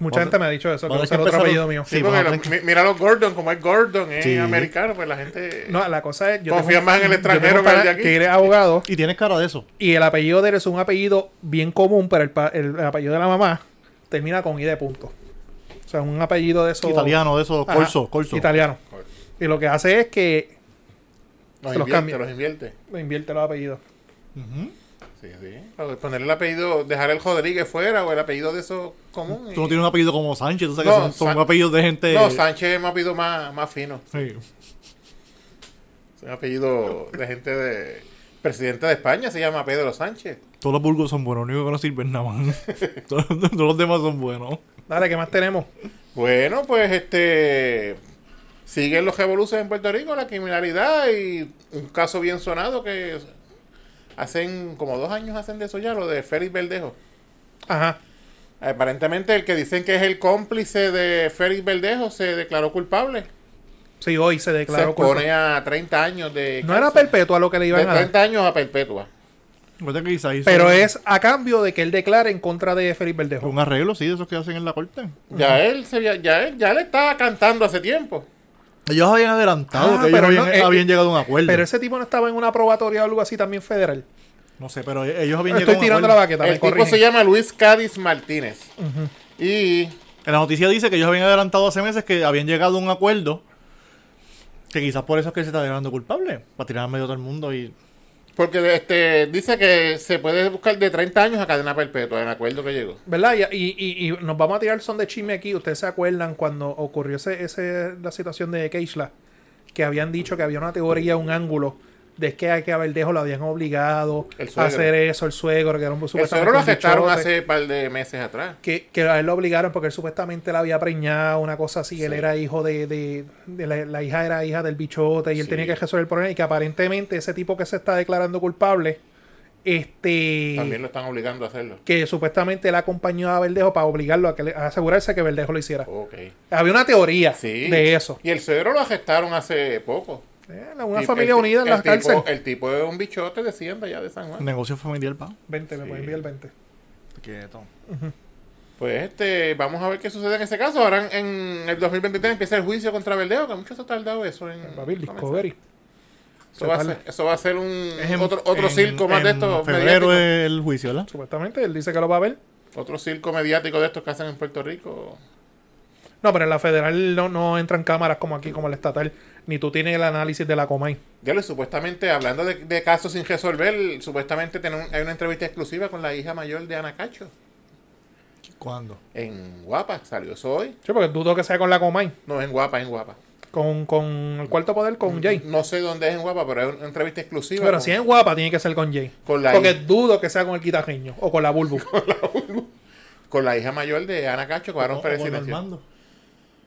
D: Mucha
C: Vamos a-
D: gente me ha dicho eso, que
C: vamos a
D: usar otro
C: empezar-
D: apellido mío.
B: Sí,
C: Sí,
B: porque
C: vamos a
B: lo-
C: tener
B: mi- mira los Gordon, como es Gordon, es
C: Sí.
B: americano, pues la gente...
D: No, la cosa es... Yo
B: Confía más en el
D: yo
B: extranjero
D: tengo un
B: que el
D: pana
B: de aquí.
D: Que eres abogado
C: Y tienes cara de eso.
D: y el apellido de él es un apellido bien común, pero el, pa- el apellido de la mamá termina con I de punto. O sea, un apellido de esos...
C: Italiano, de eso,
D: Ajá,
C: corso, corso.
D: Italiano.
B: Corso.
D: Y lo que hace es que
B: los
D: se los
B: invierte,
D: cambia.
B: los invierte.
D: invierte los apellidos.
C: Ujú.
B: Sí, sí. Para Poner el apellido, dejar el Rodríguez fuera o el apellido de esos común. y-
C: Tú no tienes un apellido como Sánchez, tú sabes
B: No,
C: que son, son
B: San-
C: apellidos de gente.
B: No, Sánchez es un apellido más, más fino.
C: Sí.
B: Es un apellido de gente de... Presidente de España se llama Pedro Sánchez.
C: Todos los burgos son buenos, lo único que no sirven nada más. todos, todos los demás son buenos.
D: Dale, ¿qué más tenemos?
B: Bueno, pues este siguen los revoluciones en Puerto Rico, la criminalidad y un caso bien sonado que hacen como dos años hacen de eso ya, lo de Félix Verdejo.
D: Ajá.
B: Aparentemente el que dicen que es el cómplice de Félix Verdejo se declaró culpable.
D: Sí, hoy se declaró
B: se pone
D: culpable.
B: a 30 años de
D: No era
B: cárcel.
D: perpetua lo que le
B: de
D: iban a dar,
B: 30 años a perpetua.
C: Recuerda que quizás hizo
D: pero
C: un-
D: es a cambio de que él declare en contra de Felipe Verdejo.
C: Un arreglo, sí, de esos que hacen en la corte.
B: Ya él se había- ya él ya le estaba cantando hace tiempo.
C: Ellos habían adelantado
D: Ah,
C: que ellos
D: pero
C: habían,
D: no, eh,
C: habían llegado a un acuerdo.
D: Pero ese tipo no estaba en una probatoria o algo así también federal.
C: no sé, pero ellos habían llegado
D: Estoy
C: a un
D: tirando la
C: acuerdo.
D: baqueta, me
B: el tipo
D: corrigen.
B: se llama Luis Cádiz Martínez. Y
C: En la noticia dice que ellos habían adelantado hace meses que habían llegado a un acuerdo. Que quizás por eso es que él se está declarando culpable. Para tirar a medio todo el mundo y.
B: Porque este, dice que se puede buscar de 30 años a cadena perpetua, en acuerdo que llegó.
D: ¿Verdad? Y, y- y- y nos vamos a tirar son de chisme aquí. Ustedes se acuerdan cuando ocurrió ese, ese- la situación de Keishla, que habían dicho que había una teoría, un ángulo, de que a que a Verdejo lo habían obligado
B: El
D: a
B: suegro.
D: hacer eso, el suegro, que era un
B: Eso
D: supuestamente
B: lo
D: un
B: arrestaron
D: bichote,
B: hace un par de meses atrás.
D: Que, que a él lo obligaron porque él supuestamente la había preñado, una cosa así. Él
B: Sí.
D: era hijo de. de- de la, la hija era hija del bichote y él
B: Sí.
D: tenía que resolver el problema. Y que aparentemente ese tipo que se está declarando culpable, este.
B: También lo están obligando a hacerlo.
D: que supuestamente él acompañó a Verdejo para obligarlo a, que le- a asegurarse que Verdejo lo hiciera.
B: Ok.
D: Había una teoría
B: Sí.
D: de eso.
B: Y el suegro lo arrestaron hace poco.
D: Eh, la- una
B: Y-
D: familia
B: el-
D: unida en
B: el
D: las
B: tipo-
D: cárceles.
B: El tipo es un bichote de Hacienda allá de San Juan.
C: Negocio familiar, pa.
D: 20, me pueden enviar el 20.
B: Mm.
C: Quieto.
B: Pues este, vamos a ver qué sucede en ese caso. Ahora en, en el 2023 empieza el juicio contra Verdeo, que mucho se ha tardado eso en.
D: Papi, el Discovery.
B: Eso va, a ser, eso va a ser un otro, otro
C: en-
B: circo más de
C: en
B: estos.
C: Febrero
B: mediáticos.
C: es el juicio, ¿verdad?
D: Supuestamente él dice que lo va a ver.
B: Otro circo mediático de estos que hacen en Puerto Rico.
D: No, pero en la federal no, no entran cámaras como aquí, como en la estatal. Ni tú tienes el análisis de la Comay.
B: Ya lo supuestamente, hablando de, de casos sin resolver, supuestamente tiene un- hay una entrevista exclusiva con la hija mayor de Ana Cacho.
C: ¿Cuándo?
B: En Guapa, salió eso hoy.
D: Sí, porque dudo que sea con la Comay.
B: No, en Guapa, en Guapa.
D: Con, con el cuarto poder, con Jay.
B: No sé dónde es en Guapa, pero hay una entrevista exclusiva.
D: Pero
B: con-
D: si es guapa, tiene que ser con Jay.
B: Con la
D: porque
B: hija.
D: dudo que sea con el guitarreño o con la Bulbu.
B: Con la hija mayor de Ana Cacho, que Barón
C: ¿O- o
B: Pérez
C: con
B: silenció.
C: Armando?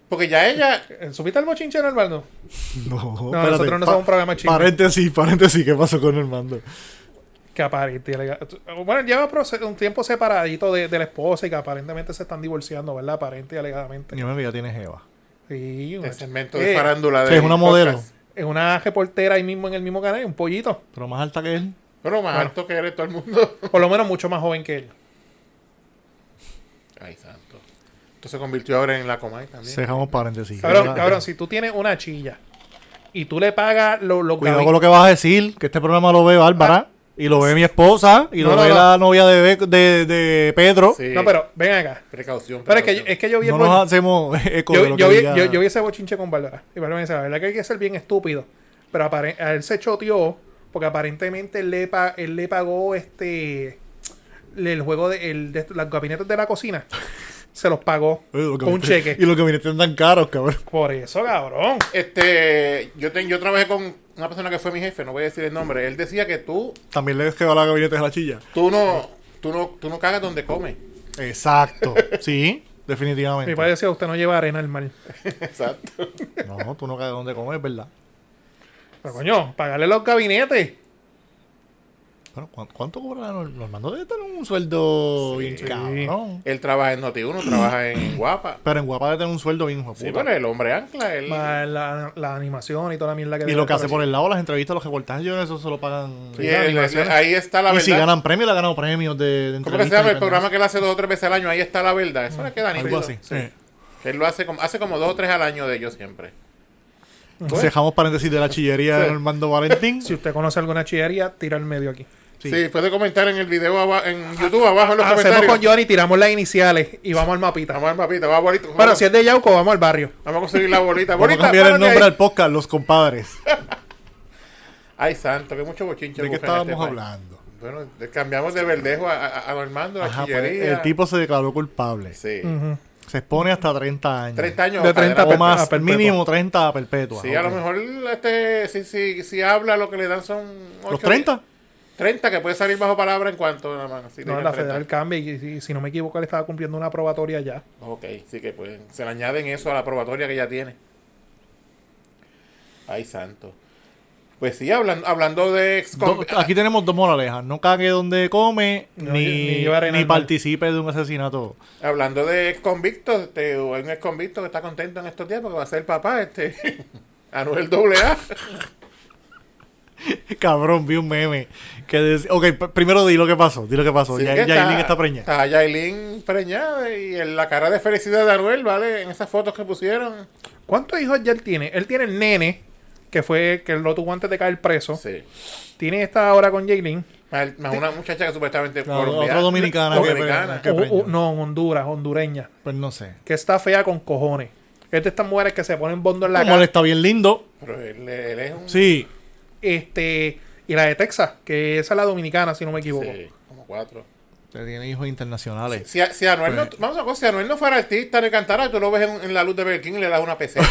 B: Porque ya ella,
D: ¿Subiste al mochinche en el baldo?
C: No,
D: No, nosotros no somos un programa chisme.
C: Paréntesis, paréntesis, ¿qué pasó con Armando?
D: Que aparente. Bueno, lleva proce- un tiempo separadito de, de la esposa y que aparentemente se están divorciando, ¿verdad? Aparente y alegadamente.
C: Ni me diga, tiene Jeva.
D: Sí, una
B: el segmento
D: Eh,
B: de farándula de.
C: Sí, es una modelo.
B: podcast.
D: Es una reportera ahí mismo en el mismo canal, un pollito.
C: Pero más alta que él.
B: Bueno, más
D: Bueno.
B: alto que eres todo el mundo.
D: Por lo menos mucho más joven que él.
B: Ay, santo. Esto se convirtió ahora en la Comay también.
C: Dejamos paréntesis.
D: Cabrón,
C: Ya.
D: cabrón, si tú tienes una chilla y tú le pagas lo- los
C: Cuidado
D: gavi-
C: con lo que vas a decir, que este programa lo ve Bárbara, y lo ve mi esposa, y
D: No,
C: lo
D: no,
C: ve
D: no.
C: la novia de, Be- de, de Pedro.
B: Sí.
D: No, pero ven acá.
B: Precaución.
D: Pero es que, yo-
B: precaución.
D: es que yo vi el
C: No
D: bol-
C: nos hacemos eco de
D: yo,
C: lo
D: yo
C: que
D: vi,
C: diga-
D: yo, yo vi ese bochinche con Bárbara. Y Bárbara me dice, la verdad que hay que ser bien estúpido. Pero apare- a él se choteó porque aparentemente él le, pa- él le pagó este le- el juego de, el, de los gabinetes de la cocina. Se los pagó
C: Oye, los
D: con un
C: gabinetes-
D: cheque.
C: Y los gabinetes están tan caros, cabrón.
D: Por eso, cabrón.
B: Este, yo, te- yo trabajé con una persona que fue mi jefe, no voy a decir el nombre. Él decía que tú,
C: También le quedó la gabinete de la chilla.
B: tú no, tú no, tú no cagas donde comes.
C: Exacto. Sí,
D: Mi
C: definitivamente.
D: padre decía, usted no lleva arena al mar.
B: Exacto.
C: No, tú no cagas donde comer, ¿verdad?
D: Pero coño, pagarle los gabinetes.
C: Bueno, ¿cu- ¿cuánto cobra Nor- Normando? Debe tener un sueldo bien cabrón.
B: Él trabaja en Noti1, trabaja en Guapa.
C: Pero en Guapa debe tener un sueldo bien hijo de
B: Sí,
C: puta.
B: bueno, el hombre ancla, él.
D: Más la, la animación y toda la mierda que
C: y lo que hace por el lado, las entrevistas, los reportajes, yo eso se lo pagan.
B: Y él- ahí está la
C: y
B: verdad.
C: si ganan premios, le han ganado premios de, de
B: ¿Cómo que se
C: entrevistas.
B: llama
C: y
B: el programa que él hace dos o tres veces al año? Ahí está la verdad. Eso le queda
C: pendejadas. Algo
B: nítido.
C: así.
B: Sí.
C: Eh,
B: Que Él lo hace como, hace como dos o tres al año de ellos siempre.
C: entonces Dejamos paréntesis de la chillería de
B: Sí.
C: Normando Valentín.
D: Si usted conoce alguna chillería, tira al medio aquí.
B: Sí,
C: Sí. Ah,
B: puede comentar en el video aba- en YouTube abajo en los
D: Hacemos Ah, con
B: comentarios.
D: Johnny, tiramos las iniciales y vamos al mapita.
B: Vamos al papita, va bolita.
D: Pero
B: Vamos,
D: si es de Yauco, vamos al barrio.
B: vamos a conseguir la bolita.
C: Vamos a
B: Bolita,
C: cambiar el
B: párate
C: nombre
B: ahí.
C: al podcast, Los Compadres.
B: Ay, santo, que mucho bochinche.
C: ¿De qué
B: bufa en este
C: estábamos
B: país.
C: hablando?
B: Bueno, de- cambiamos de verdejo a, a, a Normando, a
C: Ajá, pues,
B: chillería.
C: el tipo se declaró culpable.
B: Sí.
C: Se expone hasta 30 años.
B: 30 años.
D: De
B: cadena
D: 30
B: perpetua.
C: o más,
D: a perpetua.
C: mínimo 30 a perpetua.
B: Sí,
C: Ah, ok.
B: a lo mejor este, si, si, si habla, lo que le dan son.
C: ¿Los
B: ocho,
C: 30?
B: 30, que puede salir bajo palabra en cuanto nada más. Si le
D: No,
B: dan
D: la
B: 30.
D: federal cambia y, si- si no me equivoco, le estaba cumpliendo una probatoria ya.
B: Ok, sí que pueden. Se le añaden eso a la probatoria que ya tiene. Ay, santo. Pues sí, hablan- hablando de ex
C: Do- aquí tenemos dos moralejas. No cague donde come,
D: No,
C: ni,
D: ni lleva arena
C: ni
D: al mar.
C: participe de un asesinato.
B: hablando de ex convictos, este, hay un ex convicto que está contento en estos días porque va a ser papá, este. Anuel AA.
C: Cabrón, vi un meme. Que dec- ok, p- primero di lo que pasó. Di lo que pasó.
B: Sí,
C: Pues Ya-
B: que
C: Yailin está preñada.
B: Está Yailin preñada y en la cara de felicidad de Anuel, ¿vale? En esas fotos que pusieron.
D: ¿Cuántos hijos ya él tiene? Él tiene el nene, que fue que lo tuvo antes de caer preso.
B: Sí.
D: Tiene esta ahora con Jaylin.
B: Más, más una muchacha que supuestamente
C: Claro,
B: colombiana.
C: otra dominicana que-
B: Dominicana.
C: que- Qué preño.
D: No, en Honduras, hondureña.
C: Pues no sé.
D: Que está fea con cojones. Es de estas mujeres que se ponen bondo en la
C: Como él
D: cara.
C: está bien lindo.
B: Pero él, él es un.
C: Sí.
D: Este, y la de Texas, que esa es la dominicana, si no me equivoco.
B: sí, como cuatro.
C: Usted Tiene hijos internacionales.
B: Si, si Anuel
C: Pues-
B: no, vamos a cosa, si Anuel no fuera artista ni cantara, tú lo ves en, en la luz de Berlín y le das una peseta.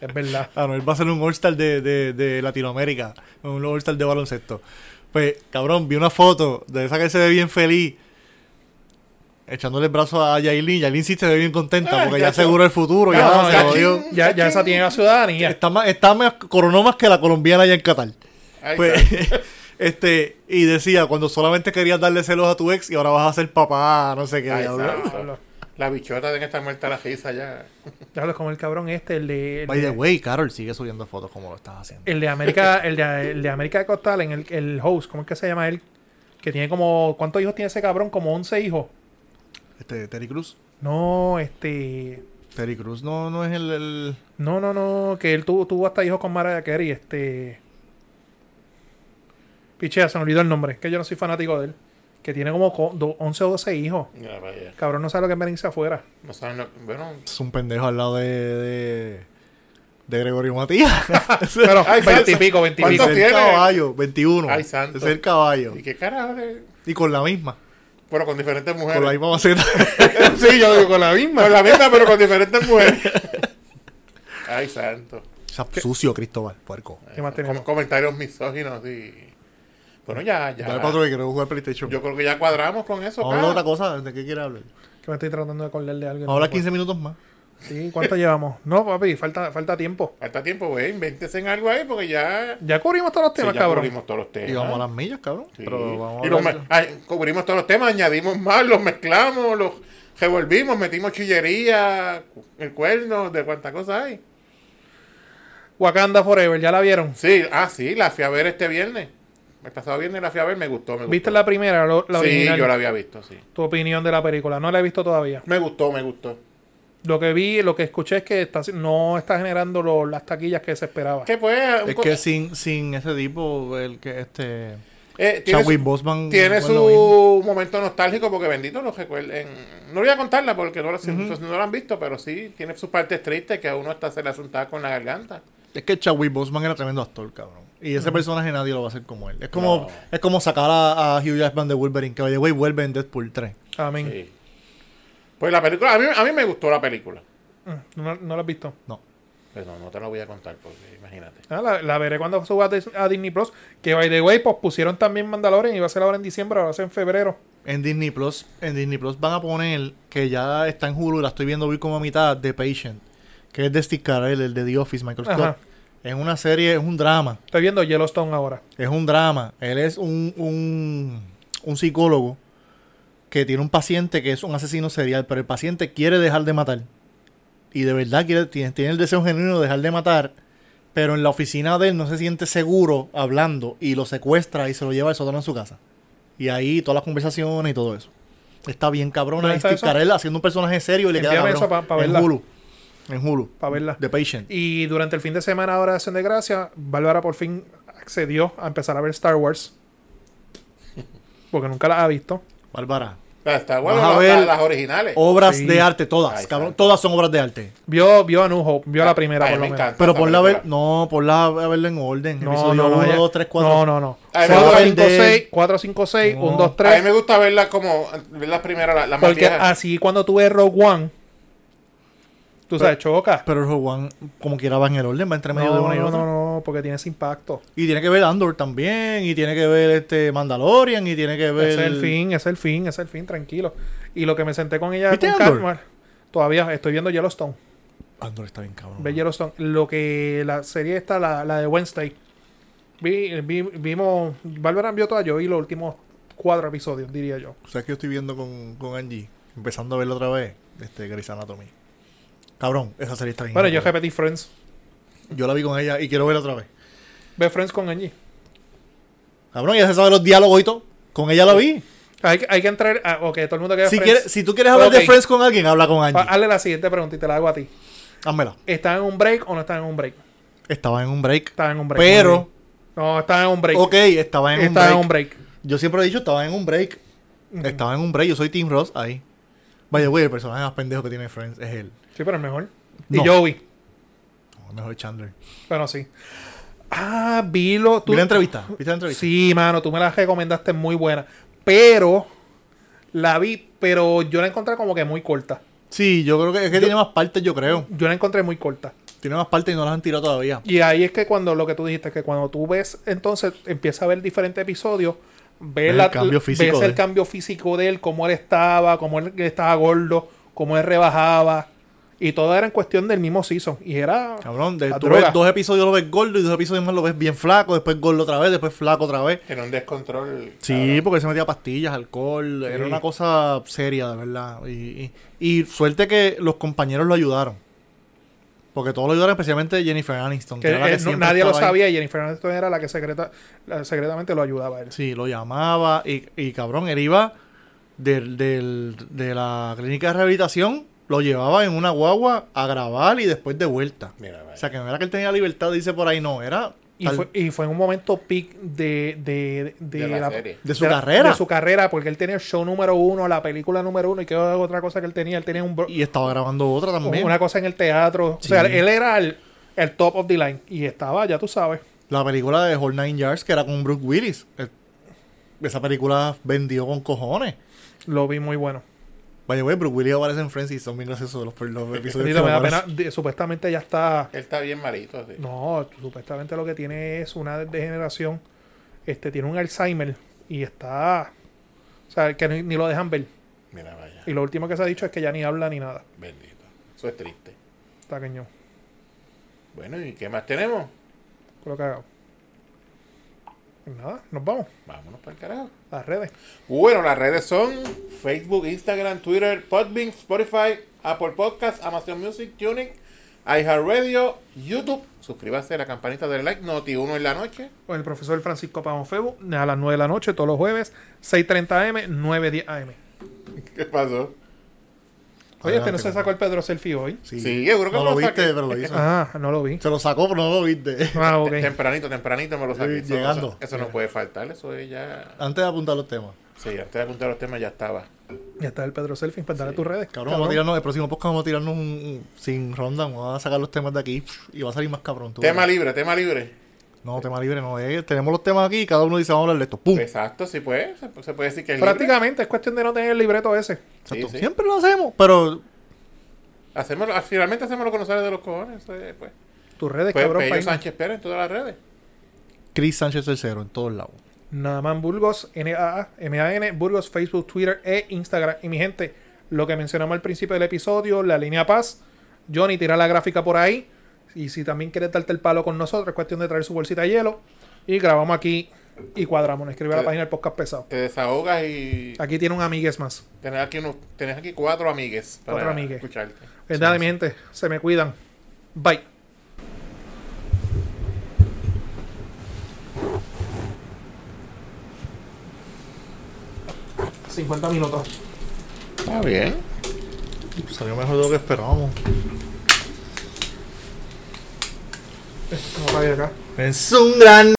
D: Es verdad.
C: Claro, él va a ser un All-Star de, de, de Latinoamérica. Un All-Star de baloncesto. Pues, cabrón, vi una foto de esa que se ve bien feliz. Echándole el brazo a Yailin. Yailin sí se ve bien contenta
B: Ah,
C: porque
B: ya
C: ya
B: se-
C: aseguró el futuro. ya
D: No,
C: se
D: ya-
C: jodió.
D: Ya, ya esa tiene la ciudadanía.
C: Está más, está más, coronó más que la colombiana allá en Qatar.
B: Ahí
C: Pues,
B: está.
C: este, y decía, cuando solamente querías darle celos a tu ex y ahora vas a ser papá, no sé qué.
B: Ahí
C: diablo.
B: está. La bichota de que está muerta la risa ya.
D: Ya hablo como el cabrón este, el de, el
C: By the
D: de,
C: way, Carol sigue subiendo fotos como lo estás haciendo.
D: el de América, el de, el de América Costal, en el, el host, ¿cómo es que se llama él? Que tiene como, ¿cuántos hijos tiene ese cabrón? Como 11 hijos.
C: Este, Terry Cruz.
D: No, este,
C: Terry Cruz no, no es el, el-
D: no, no, no, que él tuvo, tuvo hasta hijos con Mariah Carey, este, pichea, se me olvidó el nombre, que yo no soy fanático de él, que tiene como co- do- 11 o 12 hijos.
B: Ya, vaya.
D: Cabrón no sabe lo que es venirse afuera.
B: No saben lo- Bueno.
C: es un pendejo al lado de, de, de Gregorio Matías.
D: Pero
B: Ay,
D: 20 y
B: santo.
D: pico, 20 y
B: ¿Cuántos
D: pico.
C: es el
B: tiene?
C: caballo, 21.
B: Ay, santo.
C: Es el caballo.
B: ¿Y qué carajo? le-
C: Y con la misma.
B: Bueno, con diferentes mujeres.
C: Con la misma maceta.
B: sí, yo digo con la misma. Con la misma, pero con diferentes mujeres. Ay, santo.
C: Sa- Sucio, Cristóbal, puerco.
D: ¿Qué más tenemos?
B: Com- comentarios misóginos y. Bueno, ya, ya.
C: Dale para otro que quiero jugar PlayStation.
B: Yo creo que ya cuadramos con eso.
C: Vamos a hablar de
B: cara.
C: otra cosa. ¿De qué quiere hablar?
D: Que me estoy tratando de acordarle algo. y no
C: Vamos a hablar
D: me
C: 15
D: acuerdo.
C: minutos más.
D: Sí, ¿cuánto llevamos? No, papi, falta, falta tiempo.
B: Hasta tiempo, güey. Invéntense en algo ahí porque ya.
D: Ya cubrimos todos los
B: Sí,
D: temas,
B: ya
D: cabrón.
B: cubrimos todos los temas.
C: Y vamos a las millas, cabrón.
B: Sí.
C: Pero vamos a
B: Y los
C: hablar-
B: me- ay, cubrimos todos los temas, añadimos más, los mezclamos, los revolvimos, metimos chillería, cu- el cuerno, de cuántas cosas hay.
D: Wakanda Forever, ¿ya la vieron?
B: Sí, ah, sí, la fui a ver este viernes. El pasado viernes la fui a ver, me gustó. Me gustó.
D: ¿Viste la primera? lo- la
B: sí,
D: original?
B: yo la había visto, sí.
D: Tu opinión de la película. No la he visto todavía.
B: Me gustó, me gustó.
D: Lo que vi, lo que escuché es que está, no está generando lo- las taquillas que se esperaba.
B: Que pues. un
C: Es
B: co-
C: que sin, sin ese tipo, el que este.
B: eh, tiene
C: Chadwick
B: su-
C: Boseman.
B: tiene
C: bueno, lo
B: su momento nostálgico porque bendito los recuerden. No voy a contarla porque no, la- si- si no la han visto, pero sí tiene sus partes tristes que a uno hasta se le asunta con la garganta.
C: vi. Es que Chadwick Boseman era tremendo actor, cabrón. Y ese personaje nadie lo va a hacer como él. Es como,
B: No.
C: es como sacar a, a Hugh Jackman de Wolverine, que vaya, güey, vuelve en Deadpool 3.
D: Amén.
B: Sí. Pues la película, a mí, a mí me gustó la película.
D: Mm, No, no la has visto.
C: No.
B: Pero no, no te la voy a contar porque imagínate.
D: Ah, la, la veré cuando suba a, Dis- a Disney Plus. Que by the way, pues pusieron también Mandalorian. Iba a ser ahora en diciembre, ahora va a ser en febrero.
C: En Disney Plus, en Disney Plus van a poner que ya está en Hulu, la estoy viendo voy como a mitad de Patient, que es de Steve Carell, el de The Office, Michael Scott.
D: Ajá.
C: Es una serie, es un drama,
D: Estoy viendo Yellowstone ahora.
C: es un drama. Él es un, un, un psicólogo que tiene un paciente que es un asesino serial, pero el paciente quiere dejar de matar. Y de verdad quiere, tiene, tiene el deseo genuino de dejar de matar, pero en la oficina de él no se siente seguro hablando y lo secuestra y se lo lleva al sótano en su casa. Y ahí todas las conversaciones y todo eso. Está bien cabrona. Y
D: ¿Dónde está
C: Steve
D: eso?
C: Carell haciendo un personaje serio y le queda
D: Envíame
C: cabrón.
D: eso pa- pa
C: en
D: verla.
C: Hulu. En Hulu.
D: Pa' verla.
C: The Patient.
D: Y durante el fin de semana, ahora de Acción de Gracia, Bárbara por fin accedió a empezar a ver Star Wars. Porque nunca la ha visto.
C: Bárbara.
B: Está bueno,
C: Vas a
B: la-
C: ver-
B: la- las originales.
C: Obras
D: Eh, Sí.
C: de arte, todas.
B: Ahí
C: cabrón.
B: está.
C: Todas son obras de arte.
D: Vio, vio a New Hope, vio la primera
B: Ay,
D: por lo
B: me
D: menos.
B: encanta
C: Pero
B: esa
C: ponla a ver.
B: película.
C: No, ponla a verla en orden.
D: No,
C: Episodio
D: no, no,
C: 1,
D: ella-
C: 2, 3, 4.
D: no, no, no.
B: Ay, me
C: va a
D: 456,
C: aprender.
D: 456,
C: No.
D: 1, 2,
B: A mí
D: 3.
B: me gusta verla como ver la primera, la, la más
D: Porque
B: vieja.
D: así cuando tú ves Rogue One, tú sabes, choca.
C: Pero Rogue One, como quiera, va en el orden, va entre medio de
D: no,
C: una y
D: no,
C: otra.
D: no, no, porque tiene ese impacto.
C: Y tiene que ver Andor también, y tiene que ver este Mandalorian, y tiene que ver.
D: Ese es el fin, ese es el fin, ese es el fin, tranquilo. Y lo que me senté con ella
C: ¿Viste
D: con
C: Andor?
D: calma, todavía estoy viendo Yellowstone.
C: Andor está bien cabrón.
D: Ve Yellowstone. Lo que la serie está, la, la de Wednesday. Vi, vi- vimos. Bárbara vio toda, yo vi los últimos cuatro episodios, diría yo.
C: O sea, que yo estoy viendo con, con Angie, empezando a verlo otra vez, este Grey's Anatomy. Cabrón, esa serie está bien.
D: Bueno, yo
C: cabrón.
D: repetí Friends.
C: Yo la vi con ella y quiero verla otra vez.
D: Ve Friends con Angie.
C: Cabrón, ella se sabe los diálogos y todo. Con ella la vi.
D: Hay, que- hay que entrar. a- ok, todo el mundo que ve
C: Si,
D: Friends.
C: quieres, si tú quieres hablar
D: Ok. Ah,
C: de Friends con alguien, habla con
D: Pa-
C: Angie.
D: hazle la siguiente pregunta y te la hago a ti. ah.
C: Házmela.
D: ¿Están en un break o no están en un break?
C: Estaba en un break.
D: Están en un break. muy
C: Pero,
D: bien. No, están en un break.
C: ok, estaba en un
D: están
C: break.
D: en un break.
C: Yo siempre he dicho, estaba en un break. Estaba en un break. Yo soy Tim Ross ahí. Vaya, güey, el personaje más pendejo que tiene Friends es él.
D: Sí, pero es mejor.
C: No.
D: Y Joey.
C: No, mejor Chandler.
D: Bueno, sí. Ah, Vilo. Tú,
C: ¿Viste la entrevista? ¿Viste la entrevista?
D: Sí, mano, tú me la recomendaste muy buena. Pero la vi, pero yo la encontré como que muy corta.
C: Sí, yo creo que es que tiene más partes, yo creo.
D: Yo la encontré muy corta.
C: Tiene más partes y no las han tirado todavía.
D: Y ahí es que cuando lo que tú dijiste, que cuando tú ves, entonces empiezas a ver diferentes episodios, ves,
C: Ves
D: la-
C: el cambio físico
D: ves
C: de
D: el
C: él.
D: cambio físico de él, cómo él estaba, cómo él estaba gordo, cómo él rebajaba. Y todo era en cuestión del mismo season. Y era.
C: Cabrón, de,
D: la
C: tú
D: droga.
C: ves dos episodios lo ves gordo y dos episodios más lo ves bien flaco, después gordo otra vez, después flaco otra vez.
B: Tiene un descontrol.
C: Sí,
B: cabrón.
C: porque se metía pastillas, alcohol, era una cosa seria, de verdad. Y, y- y suerte que los compañeros lo ayudaron. Porque todos lo ayudaron, especialmente Jennifer Aniston.
D: que
C: era la que
D: él- no-
C: siempre
D: nadie lo
C: estaba ahí.
D: sabía y Jennifer Aniston era la que secreta, la- secretamente lo ayudaba a él.
C: Sí, lo llamaba y, y cabrón, él iba del, del- de la clínica de rehabilitación, lo llevaba en una guagua a grabar y después de vuelta.
B: Mira, vaya.
C: O sea, que no era que él tenía libertad, dice por ahí, no, era
D: Y
C: tal-
D: fue, y fue en un momento peak de, de, de-
B: De la
D: la-
B: serie.
C: de su
D: la-
C: carrera.
D: de su carrera, porque él tenía el show número uno, la película número uno, y qué otra cosa que él tenía. Él tenía un bro-
C: Y estaba grabando otra también.
D: una cosa en el teatro. O sea,
C: Sí.
D: él era el, el top of the line. Y estaba, ya tú sabes.
C: La película de Whole Nine Yards, que era con Brooke Willis. Eh, Esa película vendió con cojones.
D: Lo vi muy bueno.
C: Vaya, güey, Brooke Willis aparece en Friends y son bien graciosos los, los episodios.
D: Bendito,
C: que
D: me da
C: aparece.
D: pena, de- supuestamente ya está.
B: Él está bien malito. Sí.
D: No, supuestamente lo que tiene es una degeneración. Este tiene un Alzheimer y está. O sea, que ni, ni lo dejan ver.
B: Mira, vaya.
D: Y lo último que se ha dicho es que ya ni habla ni nada.
B: Bendito. Eso es triste.
D: Está cañón.
B: Bueno, ¿y qué más tenemos?
D: Con lo que hago. Pues nada, nos vamos.
B: Vámonos para el carajo.
D: Las redes.
B: Bueno, las redes son Facebook, Instagram, Twitter, Podbean, Spotify, Apple Podcasts, Amazon Music, Tuning, iHeartRadio, YouTube. Suscríbase a la campanita del like, Noti 1 en la noche.
D: Con el profesor Francisco Pamón Febo, a las 9 de la noche, todos los jueves, 6.30 am, 9.10 am.
B: ¿Qué pasó?
D: Oye, este no se sacó el Pedro Selfie hoy.
B: Sí, yo creo que
C: No
B: me
C: lo viste,
B: saqué.
C: pero lo hizo.
D: Ah, no lo vi.
C: Se lo sacó, pero no lo viste.
D: Ah, ok.
B: Tempranito, tempranito me lo saqué.
C: Sí,
B: Eso-
C: llegando.
B: Eso, eso no puede faltar, eso es ya...
C: Antes de apuntar los temas.
B: Sí, antes de apuntar los temas ya estaba.
D: Ya está el Pedro Selfie, pues dale tus redes.
C: Cabrón, vamos a tirarnos, el próximo podcast vamos a tirarnos un, un- sin ronda, vamos a sacar los temas de aquí pf, y va a salir más cabrón. tú
B: Tema
C: verás.
B: libre, tema libre.
C: No, tema libre no es. Tenemos los temas aquí y cada uno dice, vamos a hablar de esto. ¡Pum!
B: Exacto, sí puede. Se, se puede decir que es libre.
D: Prácticamente es cuestión de no tener el libreto ese.
C: Exacto.
B: sí, sí.
C: Siempre lo hacemos, pero
B: Hacemos, lo- finalmente hacemos lo que nos sale de los cojones. eh, pues.
D: Tus redes,
B: Pues,
D: Este cabrón,
B: Pello
D: país.
B: Sánchez Pérez en todas las redes.
C: Chris Sánchez tercero en todos lados.
D: Naman Burgos, NAA, MAN, Burgos, Facebook, Twitter e Instagram. Y mi gente, lo que mencionamos al principio del episodio, la línea Paz. Johnny, tira la gráfica por ahí. Y si también quieres darte el palo con nosotros, es cuestión de traer su bolsita de hielo. Y grabamos aquí y cuadramos. Escribe a la
B: Sí.
D: página del podcast pesado.
B: Te desahogas y
D: Aquí tiene un amigues más.
B: tenés aquí, unos, tenés aquí cuatro amigues para
D: Cuatro amigues.
B: escucharte.
D: Es dale, mi gente. Se me cuidan. Bye. ...50 minutos.
B: Está bien.
C: Salió mejor de lo que esperábamos.
D: Vamos para allá acá.
C: Es un gran